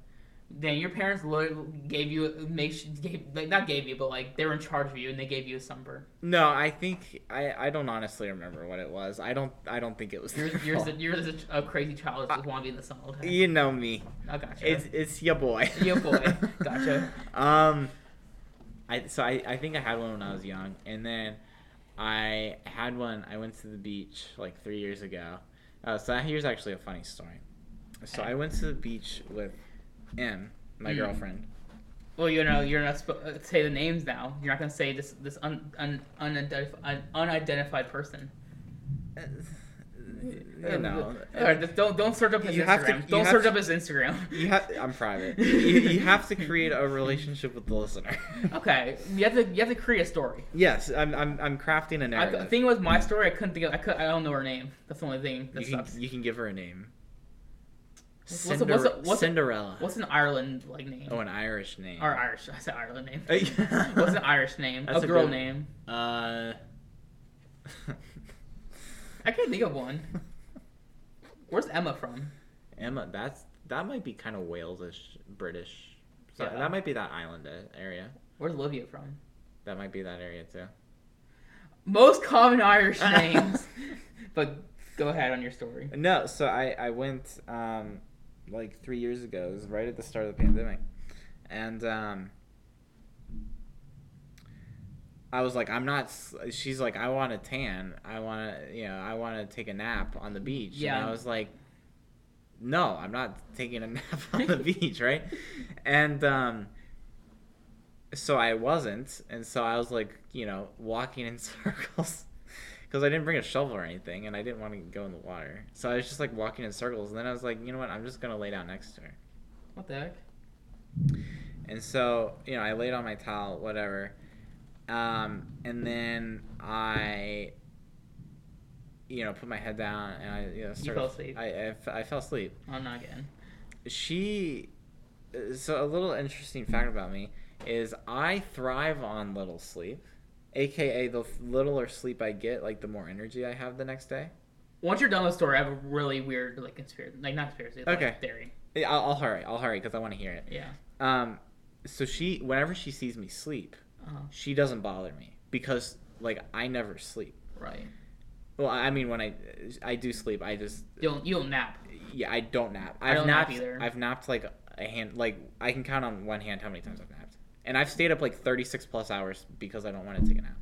Then your parents literally gave you make sh- gave like not gave you, but like they were in charge of you and they gave you a sunburn. No, I think I, I don't honestly remember what it was. I don't I don't think it was. You're their you're fault. the, you're the, a crazy child that just want to be in the sun all the time. you know me. I gotcha. Uh, It's it's your boy. Your boy. Gotcha. Um, I so I, I think I had one when I was young, and then I had one. I went to the beach like three years ago. Uh, so here's actually a funny story. So I went to the beach with M, my Mm. girlfriend. well, you know you're not sp- say the names now. You're not gonna say this this un, un, unidentif- un, unidentified person. Uh, You know, All right, just don't don't search up his You Instagram. have to- you don't have search to- up his Instagram. you have I'm private. You, you have to create a relationship with the listener. Okay, you have to you have to create a story. yes, I'm I'm I'm crafting a I, narrative. the thing was my story. I couldn't think of. I, could, I don't know her name. That's the only thing that you can sucks. you can give her a name. What's- what's a- what's a- Cinder- what's a- Cinderella. What's an Ireland like name? Oh, an Irish name. Or Irish? I said Ireland name. Hey. What's an Irish name? That's a a girl good- name. Uh. I can't think of one. Where's Emma from? Emma, that's that might be kind of Walesish, British. So Yeah. that might be that island a- area. Where's Olivia from? That might be that area too. Most common Irish names. but go ahead on your story. No, so I I went um like three years ago. It was right at the start of the pandemic, and um. I was like, I'm not. s- She's like, I want to tan. I want to, you know, I want to take a nap on the beach. And Yeah. I was like, no, I'm not taking a nap on the beach, right? And um, so I wasn't, and so I was like, you know, walking in circles because I didn't bring a shovel or anything, and I didn't want to go in the water. So I was just like walking in circles, and then I was like, you know what? I'm just gonna lay down next to her. What the heck? And so, you know, I laid on my towel, whatever. Um, and then I, you know, put my head down and I, you know, started, fell asleep. I, I f- I fell asleep. Oh, I'm not getting. She, uh, so a little interesting fact about me is I thrive on little sleep, aka the littler sleep I get, like the more energy I have the next day. Once you're done with the story, I have a really weird like conspiracy, like not conspiracy, like Okay. theory. Yeah, I'll, I'll hurry. I'll hurry because I want to hear it. Yeah. Um, so she, whenever she sees me sleep, Uh, she doesn't bother me because like I never sleep. right. Well, I mean when I I do sleep, I just You don't you don't nap. yeah, I don't nap. I I've don't nap napped, either. I've napped like a hand like I can count on one hand how many times I've napped. And I've stayed up like 36 plus hours because I don't want to take a nap.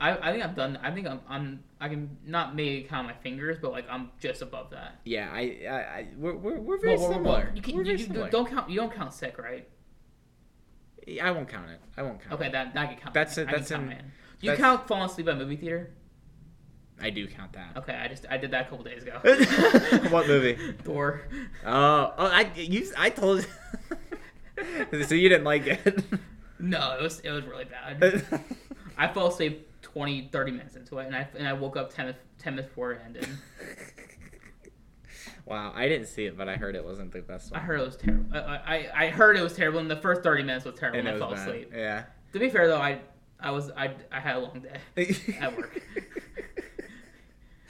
I, I think I've done. I think I'm, I'm. I can not maybe count my fingers, but like I'm just above that. Yeah, I, I, I we're, we're, we're very Well, well, well, similar. You can. We're You, very you similar. don't count. You don't count sick, right? I won't count it. I won't count. Okay, It. that that can count. That's I it- can that's count in- mine. Do you that's- count falling asleep at a movie theater? I do count that. Okay, I just I did that a couple days ago. What movie? Door. Oh, oh, I you I told. so you didn't like it. No, it was it was really bad. I fell asleep 20, 30 minutes into it, and I and I woke up 10, minutes- 10 minutes before it ended. wow, I didn't see it, but I heard it wasn't the best I one. heard it was terrible. I, I I heard it was terrible, and the first thirty minutes was terrible. and And, it I was fell bad. asleep. Yeah. To be fair though, I I was I, I had a long day. At work.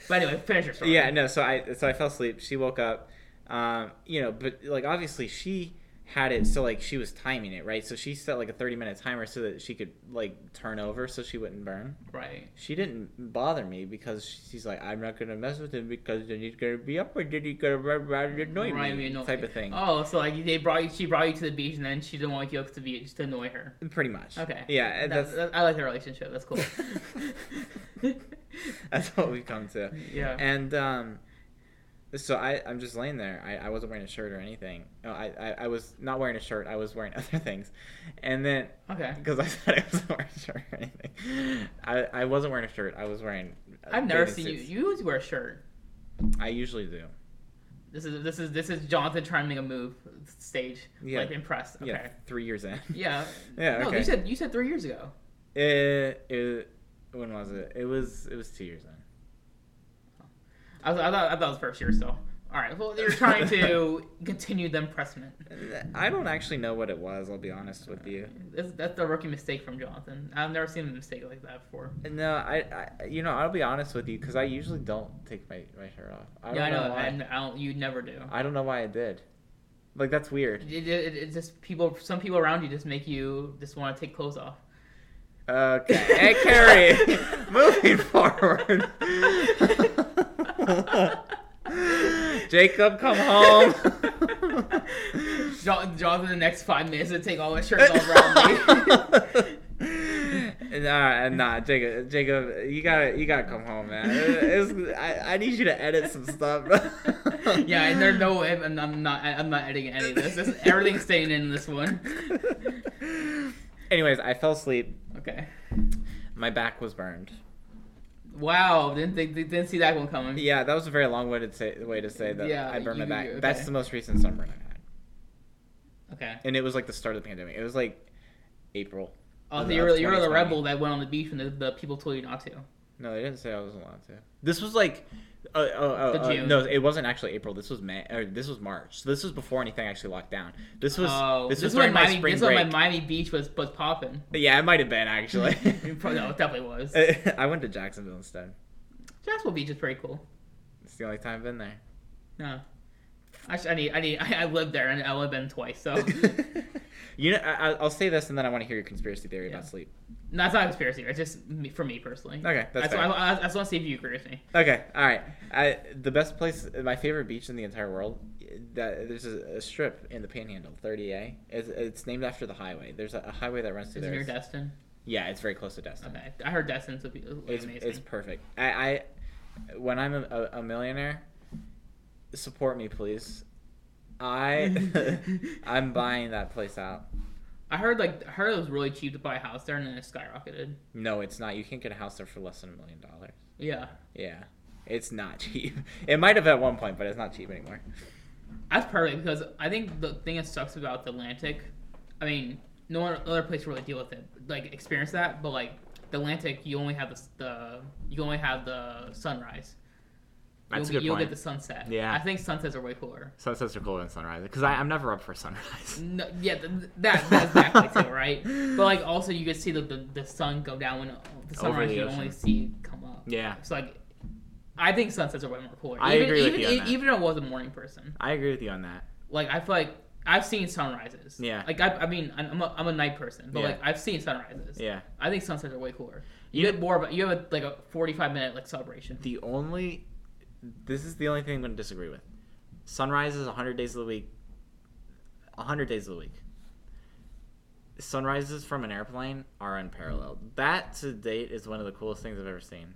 But anyway, finish your story. yeah, no. So I so I fell asleep. She woke up. Um, you know, but like obviously she had it so like she was timing it right. So she set like a thirty minute timer so that she could like turn over so she wouldn't burn. Right. She didn't bother me because she's like, I'm not gonna mess with him because then he's gonna be up and then he's gonna annoy Right, me, you know- type of thing. Oh, so like they brought you, she brought you to the beach, and then she didn't want you to go to the beach to annoy her. Pretty much. Okay. Yeah, and That- that's that- I like their relationship. That's cool. that's what we've come to. yeah. And um, so I I'm just laying there. I, I wasn't wearing a shirt or anything. No, I, I I was not wearing a shirt. I was wearing other things, and then okay. because I thought I wasn't wearing a shirt or anything, I I wasn't wearing a shirt. I was wearing. uh, I've never bathing seen you. suits. You always wear a shirt. I usually do. This is this is this is Jonathan trying to make a move stage. Yeah. Like impressed. Okay. Yeah, Yeah. three years in. No, Yeah, you okay. said you said three years ago. It, it when was it? It was it was two years in. I, was, I thought I thought it was first year still. All right. Well, you're trying to continue the impressment. I don't actually know what it was. I'll be honest with you. That's, that's the rookie mistake from Jonathan. I've never seen a mistake like that before. No, I, I you know I'll be honest with you because I usually don't take my, my shirt off. I don't yeah, I know. why. I, I don't. You never do. I don't know why I did. Like that's weird. It, it, it, it's just people. Some people around you just make you just want to take clothes off. Okay, hey Carrie, moving forward. Jacob, come home. John, John, in the next five minutes to take all his shirts off around me. Nah, nah, Jacob, Jacob, you gotta, you gotta come home, man. It- it's- I, I need you to edit some stuff. yeah, and there's no way. I'm, I'm not. I'm not editing any of this. this everything's staying in this one. Anyways, I fell asleep. Okay. My back was burned. Wow. Didn't think, didn't see that one coming. Yeah, that was a very long-winded say, way to say that Yeah, I burned you- my back. you- That's okay. the most recent sunburn I've had, Okay. and it was like the start of the pandemic. It was like April. Oh, Of so you're, the you're the 2020. rebel that went on the beach when the, the people told you not to. No, they didn't say I wasn't allowed to. This was like, uh, uh, The uh, uh, June. no, it wasn't actually April. This was May, or this was March. So this was before anything actually locked down. This was oh, this, was when during my Miami, spring this was break. when Miami Beach was was popping. Yeah, it might have been actually. It probably- no, it definitely was. I went to Jacksonville instead. Jacksonville Beach is pretty cool. It's the only time I've been there. No, I, sh- I need I need I, I lived there and I only been twice, so you know, I, I'll say this, and then I want to hear your conspiracy theory Yeah. about sleep. No, that's not a conspiracy. It's just me, for me personally. Okay, I that's just, fair. I, I, I just want to see if you agree with me. Okay, all right. I, the best place, my favorite beach in the entire world. That there's a, a strip in the Panhandle, 30A. It's, it's named after the highway. There's a, a highway that runs through Is it there. near It's- Destin? Yeah, it's very close to Destin. Okay, I heard Destin's would be It's, amazing. it's perfect. I, I when I'm a, a millionaire, support me, please. I I'm buying that place out. I heard like I heard it was really cheap to buy a house there and then it skyrocketed. No, it's not. You can't get a house there for less than a million dollars. Yeah, Yeah, it's not cheap. It might have at one point, but it's not cheap anymore. that's perfect because I think the thing that sucks about the Atlantic, I mean, no one- other place to really deal with it, like experience that, but like the Atlantic, you only have the, s- the you only have the sunrise. That's a you'll, good you'll point. get the sunset. Yeah. I think sunsets are way cooler. Sunsets are cooler than sunrise because I'm never up for sunrise. No, yeah, th- th- that that's exactly too, right? But like also you could see the, the, the sun go down when uh, the sunrise the you ocean. only see come up. Yeah, So like I think sunsets are way more cooler. I agree even, with e, you on that. Even if I was a morning person, I agree with you on that. like I feel like I've seen sunrises. Yeah. Like I, I mean I'm a, I'm a night person, but Yeah. like I've seen sunrises. Yeah. I think sunsets are way cooler. You You- get more of a, you have a, like a 45 minute like celebration. The only, this is the only thing I'm going to disagree with. Sunrise is 100 days of the week. 100 days of the week. sunrises from an airplane are unparalleled. That to date is one of the coolest things I've ever seen.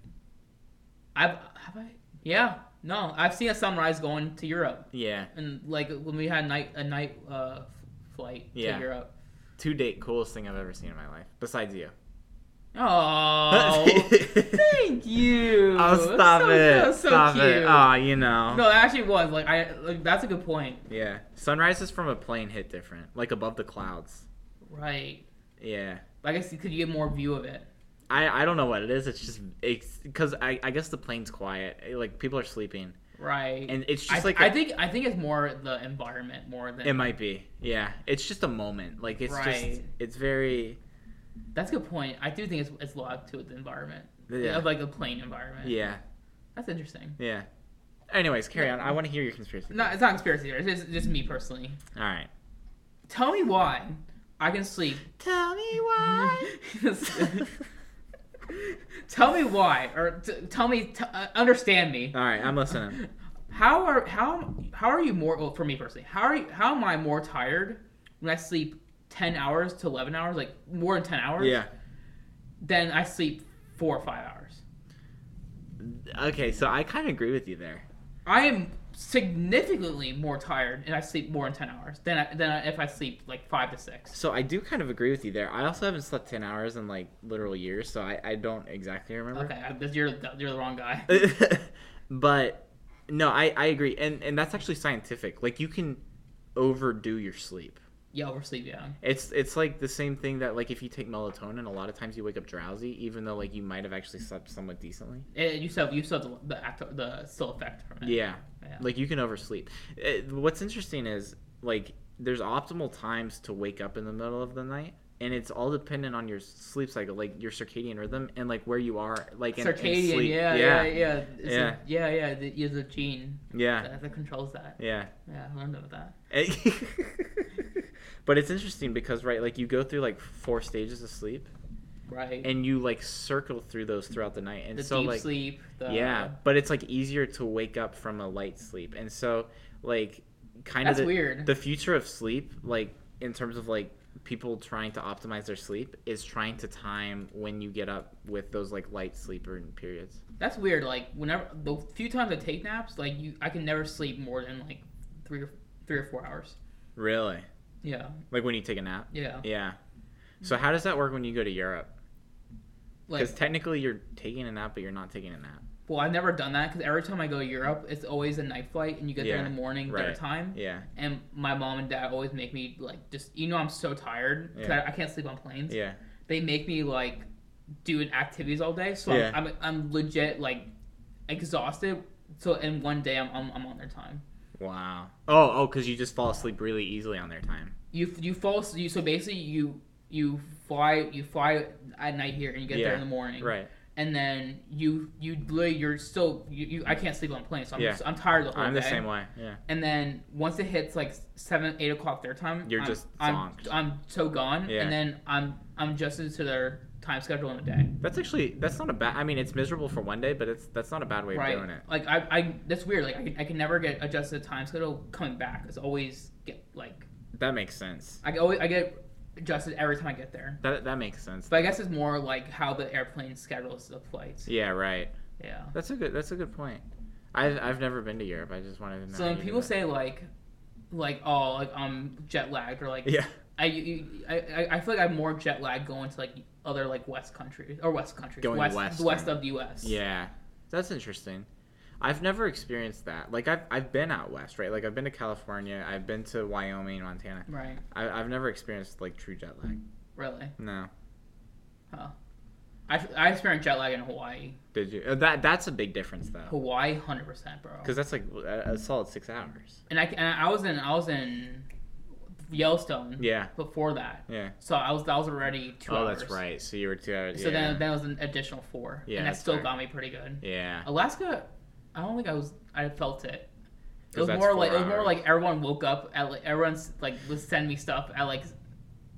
I've have I? Yeah. No, I've seen a sunrise going to Europe, Yeah, and like when we had night a night uh, flight Yeah. to Europe. to date coolest thing I've ever seen in my life besides you. Oh, thank you. oh, That's stop so- it! that's so stop it! cute. Oh, you know. No, it actually was like I. Like, that's a good point. Yeah, sunrises from a plane hit different, like above the clouds. Right. Yeah. I guess could you get more view of it? I, I don't know what it is. It's just it's because I, I guess the plane's quiet. Eh, Like people are sleeping, Right. and it's I, just like I a- think I think it's more the environment more than it might be. Yeah, it's just a moment. Like it's just Right. it's very That's a good point. I do think it's it's locked to the environment Yeah. of like a plain environment. yeah That's interesting. yeah. Anyways, carry on. I want to hear your conspiracy. No, it's not conspiracy theory. It's just, just me personally. All right. Tell me why I can sleep. Tell me tell me why, or t- tell me, t- uh, understand me. All right, I'm listening. How are how how are you more? Well, for me personally, how are you, how am I more tired when I sleep ten hours to eleven hours, like more than ten hours? Yeah. Than I sleep four or five hours. Okay, so I kind of agree with you there. I am significantly more tired, and I sleep more than ten hours than I, than I, if I sleep like five to six. So I do kind of agree with you there. I also haven't slept ten hours in like literal years, so I, I don't exactly remember. Okay, I, Uh, that's- you're the- you're the wrong guy. Uh, but no, I, I agree, and and that's actually scientific. Like you can overdo your sleep. Yeah, oversleep. Yeah. It's it's like the same thing that like if you take melatonin, a lot of times you wake up drowsy, even though like you might have actually slept somewhat decently. Eh, you still have, you still have the, the act the still effect from it. Yeah, Yeah. like you can oversleep. Eh, what's interesting is like there's optimal times to wake up in the middle of the night. And it's all dependent on your sleep cycle, like your circadian rhythm, and like where you are, like in, in Circadian. sleep. Yeah, yeah, yeah. It's Yeah. a- yeah, yeah. The, yeah, the gene yeah, that, that controls that. yeah. Yeah, I learned about that. but it's interesting because right like you go through like four stages of sleep Right. and you like circle through those throughout the night and the so deep like sleep. uh, The, yeah but it's like easier to wake up from a light sleep and so like kind of That's the, weird. the future of sleep like in terms of like people trying to optimize their sleep is trying to time when you get up with those like light sleeper periods That's weird. Like whenever the few times I take naps, like you, I can never sleep more than like three or three or four hours. really Yeah. like when you take a nap Yeah. yeah so how does that work when you go to europe Like, Because technically you're taking a nap, but you're not taking a nap. well, I've never done that because every time I go to Europe, it's always a night flight, and you get there Yeah, in the morning, their right. time. Yeah, And my mom and dad always make me like just you know I'm so tired because Yeah. I, I can't sleep on planes. yeah, They make me like do activities all day, so Yeah. I'm, I'm I'm legit like exhausted. So in one day I'm I'm, I'm on their time. wow. Oh, oh, because you just fall asleep really easily on their time. You you fall as- you so basically you you fly you fly at night here and you get there Yeah, in the morning. Right. And then you you literally you're still you, you I can't sleep on planes. So I'm Yeah. just, I'm tired the whole I'm day. the same way. Yeah. And then once it hits like seven, eight o'clock their time, You're I'm, just I'm, zonked. I'm so gone. Yeah. And then I'm I'm adjusted to their time schedule in the day. That's actually that's not a bad. I mean, it's miserable for one day, but it's that's not a bad way right. of doing it. Like I, I that's weird. Like I can, I can never get adjusted to time schedule coming back. It's always get like That makes sense. I always I get adjusted every time I get there. That that makes sense. But I guess it's more like how the airplane schedules the flights. Yeah, right. Yeah. That's a good that's a good point. I've I've never been to Europe. I just wanted to know. So how when you do people that. say like, like oh like I'm jet lagged or like Yeah. I, you- I I- I feel like I have more jet lag going to like other like West countries or West countries, Going west, west, the west right. of the U.S. Yeah, that's interesting. I've never experienced that. Like I've I've been out west, right? Like I've been to California. I've been to Wyoming, Montana. right, I, I've never experienced like true jet lag. really. No, I, I experienced jet lag in Hawaii. did you? uh, That that's a big difference though, Hawaii, hundred percent, bro. because that's like a, a solid six hours. And I and I was in I was in Yellowstone Yeah, before that, yeah. so I was I was already Hmm. two Oh, hours. that's right. So you were two hours. So yeah. then that was an additional four, Yeah, and that that's still fair. got me pretty good. yeah, Alaska, I don't think I was. I felt it. It 'Cause was that's more like four it was more hours. like everyone woke up at like everyone's like was sending me stuff at like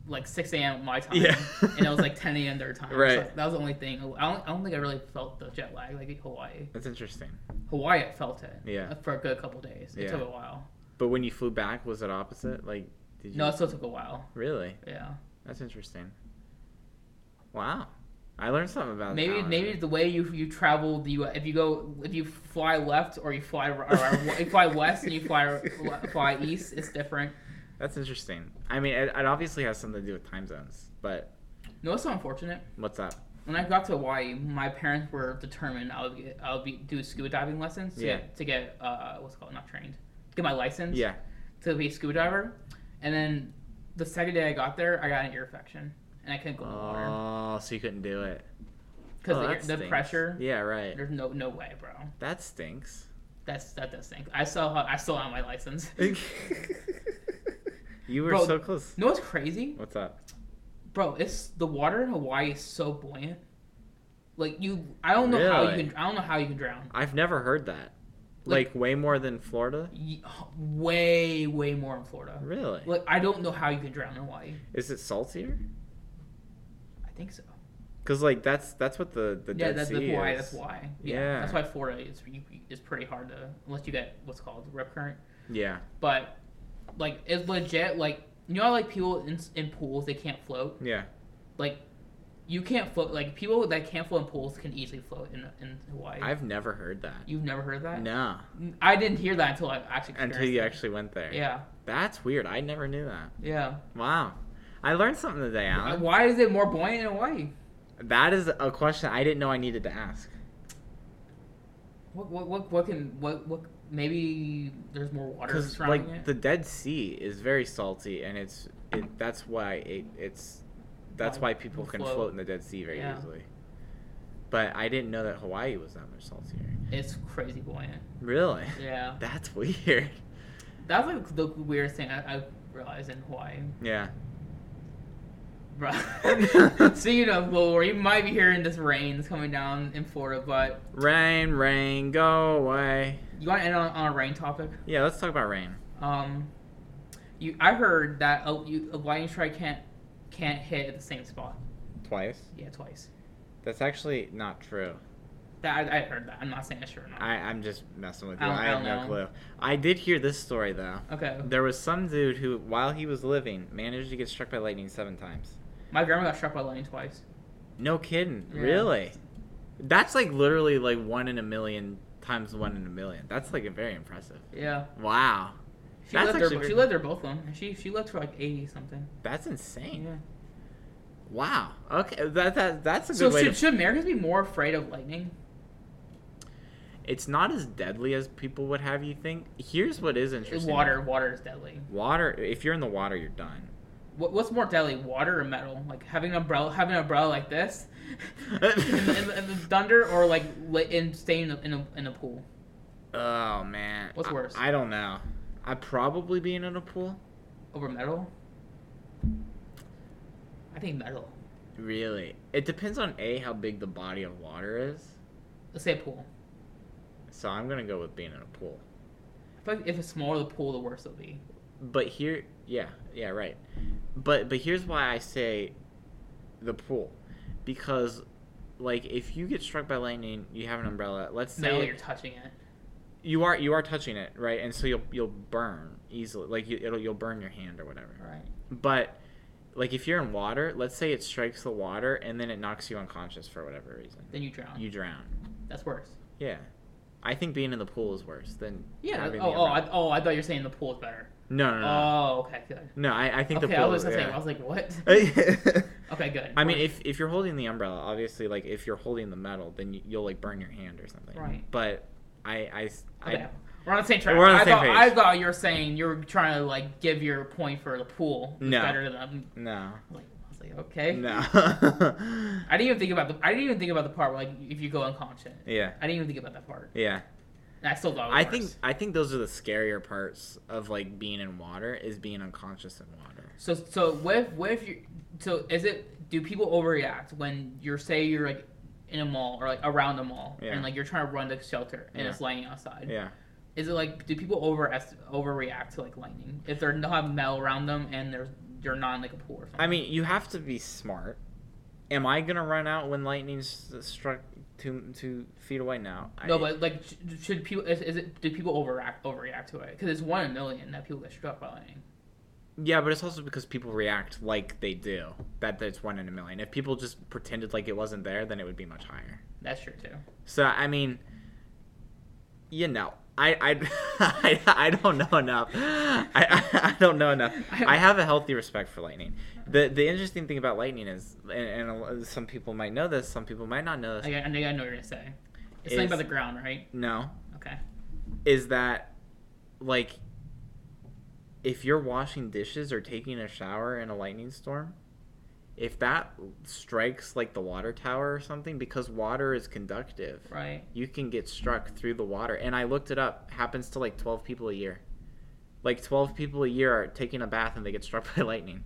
like six a.m. my time, Yeah. and it was like ten a.m. their time. So Right. that was the only thing. I don't, I don't think I really felt the jet lag like in Hawaii. that's interesting. Hawaii, I felt it. Yeah. For a good couple days, it Yeah. took a while. But when you flew back, was it opposite? Like, did you? No, it still took a while. Really? Yeah. That's interesting. Wow, I learned something about Maybe Alan. maybe the way you you travel the U- if you go if you fly left or you fly r- or, or you fly west and you fly r- fly east, it's different. That's interesting. I mean, it, it obviously has something to do with time zones, but No, it's so unfortunate. what's up? When I got to Hawaii, my parents were determined I would get, I would be do scuba diving lessons to Yeah. get, to get uh what's it called not trained get my license Yeah. to be a scuba diver, and then the second day I got there, I got an ear infection and I couldn't go in the water Oh, so you couldn't do it because Oh, the, that air- the stinks. pressure. Yeah, right. There's no no way, bro. That stinks. That's that does stink. I still have, I still have my license. you were Bro, so close. You know what's crazy, What's up? bro? It's the water in Hawaii is so buoyant. Like you, I don't know how you Really? can. I don't know how you can drown. I've never heard that. Like- Like, way more than Florida. Y- Way way more in Florida. Really? Like I don't know how you can drown in Hawaii. Is it saltier? I think so. Because like that's that's what the the yeah, Dead that's, that's Sea why. is. That's why. Yeah, Yeah. that's why Florida is you- is pretty hard to unless you get what's called rip current. Yeah. But like it's legit. Like you know, how, like people in in pools they can't float. Yeah. like you can't float like people that can't float in pools can easily float in in Hawaii. I've never heard that. You've never heard of that? No. I didn't hear that until I actually experienced Until you it. actually went there. Yeah, That's weird. I never knew that. yeah. Wow. I learned something today, Why- Alan. Why is it more buoyant in Hawaii? That is a question I didn't know I needed to ask. What what what, what can what what maybe there's more water Because surrounding like it? the Dead Sea is very salty, and it's it, that's why it, it's that's Why why people people can float. float in the Dead Sea very Yeah. easily. But I didn't know that Hawaii was that much saltier. It's crazy buoyant. Really? Yeah, That's weird. that's like the weirdest thing I, I realized in Hawaii. Yeah. Bro. Speaking of glory, you might be hearing this rain that's coming down in Florida, but Rain, rain, go away. you want to end on, on a rain topic? Yeah, let's talk about rain. Um, you, I heard that a, you, a lightning strike can't can't hit at the same spot. Twice. Yeah, twice. That's actually not true. That I, I heard that. I'm not saying it's true or not. I, I'm just messing with you. I I, don't- I have don't no know. clue. I did hear this story though. okay. There was some dude who, while he was living, managed to get struck by lightning seven times. My grandma got struck by lightning twice. No kidding. Yeah. Really? That's like literally like one in a million times one in a million. That's like very impressive. Yeah. Wow. She That's lived actually there. She very- lived there both of them. And She she lived for like eighty something. That's insane. Yeah. Wow. Okay. That, that that's a good So way should, to. should Americans be more afraid of lightning? It's not as deadly as people would have you think. Here's what is interesting. Water water is deadly. Water. If you're in the water, you're done. What, what's more deadly, water or metal? Like having an umbrella having an umbrella like this, in, the, in, the, in the thunder, or like li- in staying in a, in a, in a pool. Oh man. What's I- worse? I, don't know. I'd probably be in a pool. Over metal? I think metal. Really. It depends on a how big the body of water is. Let's say a pool. So I'm gonna go with being in a pool. I feel like if it's smaller the pool, the worse it'll be. But here, yeah, yeah, right. But but here's why I say the pool, because like if you get struck by lightning, you have an umbrella. Let's say Metal, you're touching it. you are you are touching it, right? And so you'll you'll burn easily. Like you, it'll you'll burn your hand or whatever. All right. But like if you're in water, let's say it strikes the water and then it knocks you unconscious for whatever reason, Then you drown. you drown. That's worse. Yeah, I think being in the pool is worse than Yeah. having the oh, oh, I, umbrella. oh, I thought you were saying the pool is better. no, no, no, Oh, okay, good. no. Uh, I, I think Okay, the pool. I was just yeah. saying, I was like, what? okay, good. I mean, Worse. if if you're holding the umbrella, obviously, like if you're holding the metal, then you, you'll like burn your hand or something. Right. But I I s- I- Okay. We're on the same track. We're on the I same thought, I page. thought you were saying you were trying to like give your point for the pool. It's No. Better than no like, I was like, okay. no I didn't even think about the. I didn't even think about the part where like if you go unconscious. yeah I didn't even think about that part. yeah. And I still thought. It was I worse. think I think those are the scarier parts of like being in water is being unconscious in water. So so what if what if you so is it do people overreact when you're say you're like in a mall or like around a mall Yeah. and like you're trying to run to shelter and it's Yeah. lightning outside? Yeah. Is it like do people over overreact to like lightning if they're don't have metal around them and they're they're not in like a pool or something? I mean, you have to be smart. Am I gonna run out when lightning s- struck two two feet away? No. no, I, but like sh- should people is, is it do people overreact overreact to it because it's one in a million that people get struck by lightning. Yeah, but it's also because people react like they do. That that's one in a million. If people just pretended like it wasn't there, then it would be much higher. That's true too. So I mean, you know, I I I, I don't know enough. I, I I don't know enough. I have a healthy respect for lightning. The the interesting thing about lightning is, and, and a lo- some people might know this, some people might not know I, this. I think I know what you're gonna say. It's something Is- about the ground, right? No, Okay. is that like if you're washing dishes or taking a shower in a lightning storm if that strikes like the water tower or something because water is conductive Right. you can get struck through the water and i looked it up happens to like 12 people a year like 12 people a year are taking a bath and they get struck by lightning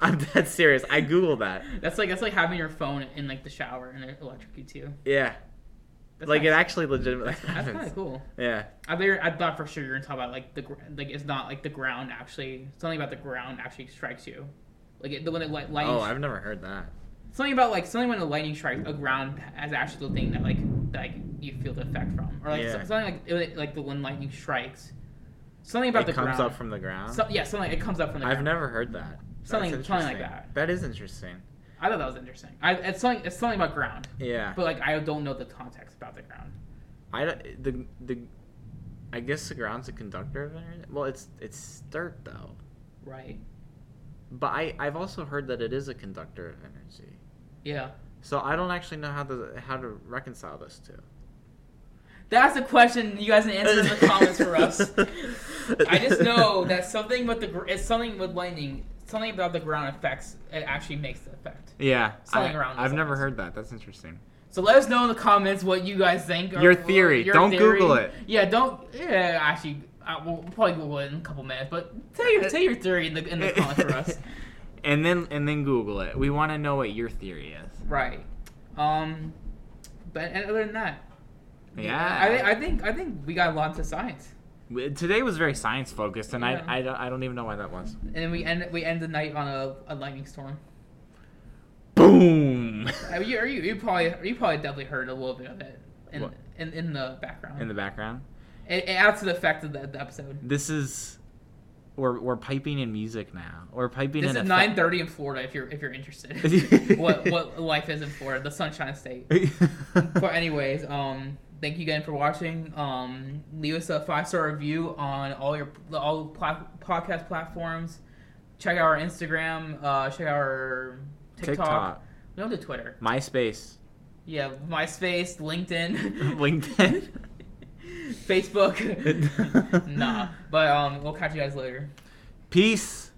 i'm dead serious i googled that That's like that's like having your phone in like the shower and it electrocutes you. yeah That's like it kinda- actually legitimately That's happens kind of cool. yeah I bet you're- I thought for sure you're gonna talk about like the gr- like it's not like the ground actually something about the ground actually strikes you, like it, the when it like lightning. oh i've never heard that something about like something when the lightning strikes a ground as actually the thing that like that like, you feel the effect from, or like Yeah. so- something like it, like the when lightning strikes, something about it the comes ground. up from the ground So- yeah, something it comes up from the. I've ground. never heard that. That's Something- something like interesting. that. That is interesting. I thought that was interesting. I, it's something it's something about ground, Yeah. but like I don't know the context about the ground. I don't- the the I guess the ground's a conductor of energy. Well, it's it's dirt though. Right. But I I've also heard that it is a conductor of energy. Yeah. So I don't actually know how to how to reconcile those two. That's a question you guys can answer in the comments for us. I just know that something with the gr- it's something with lightning, something about the ground effects it actually makes the effect. Yeah, Something I, around I've those never lines. heard that. That's interesting. So let us know in the comments what you guys think. Your theory. Don't Google it. Yeah, don't. Yeah, actually, uh, we'll probably Google it in a couple minutes. But tell your tell your theory in the in the comments for us. and then and then Google it. We want to know what your theory is. Right. Um. But and other than that, Yeah. I, thi- I think I think we got lots of science, W- Today was very science focused, and Yeah. I, I, don't- I don't even know why that was. and we end we end the night on a, a lightning storm. Boom! Uh, you, are you, you probably you probably definitely heard a little bit of it in What? in, in the background. In the background. it, it adds to the effect of the, the episode. This is. We're, we're piping in music now. We're piping This in is a nine thirty in Florida. If you're if you're interested, what what life is in Florida, the Sunshine State. But anyways, um, thank you again for watching. Um, leave us a five star review on all your all pla- podcast platforms. Check out our Instagram. Uh, check out our TikTok. TikTok, We don't do Twitter. MySpace, Yeah, MySpace, LinkedIn, LinkedIn. Facebook. nah. But um, we'll catch you guys later. Peace.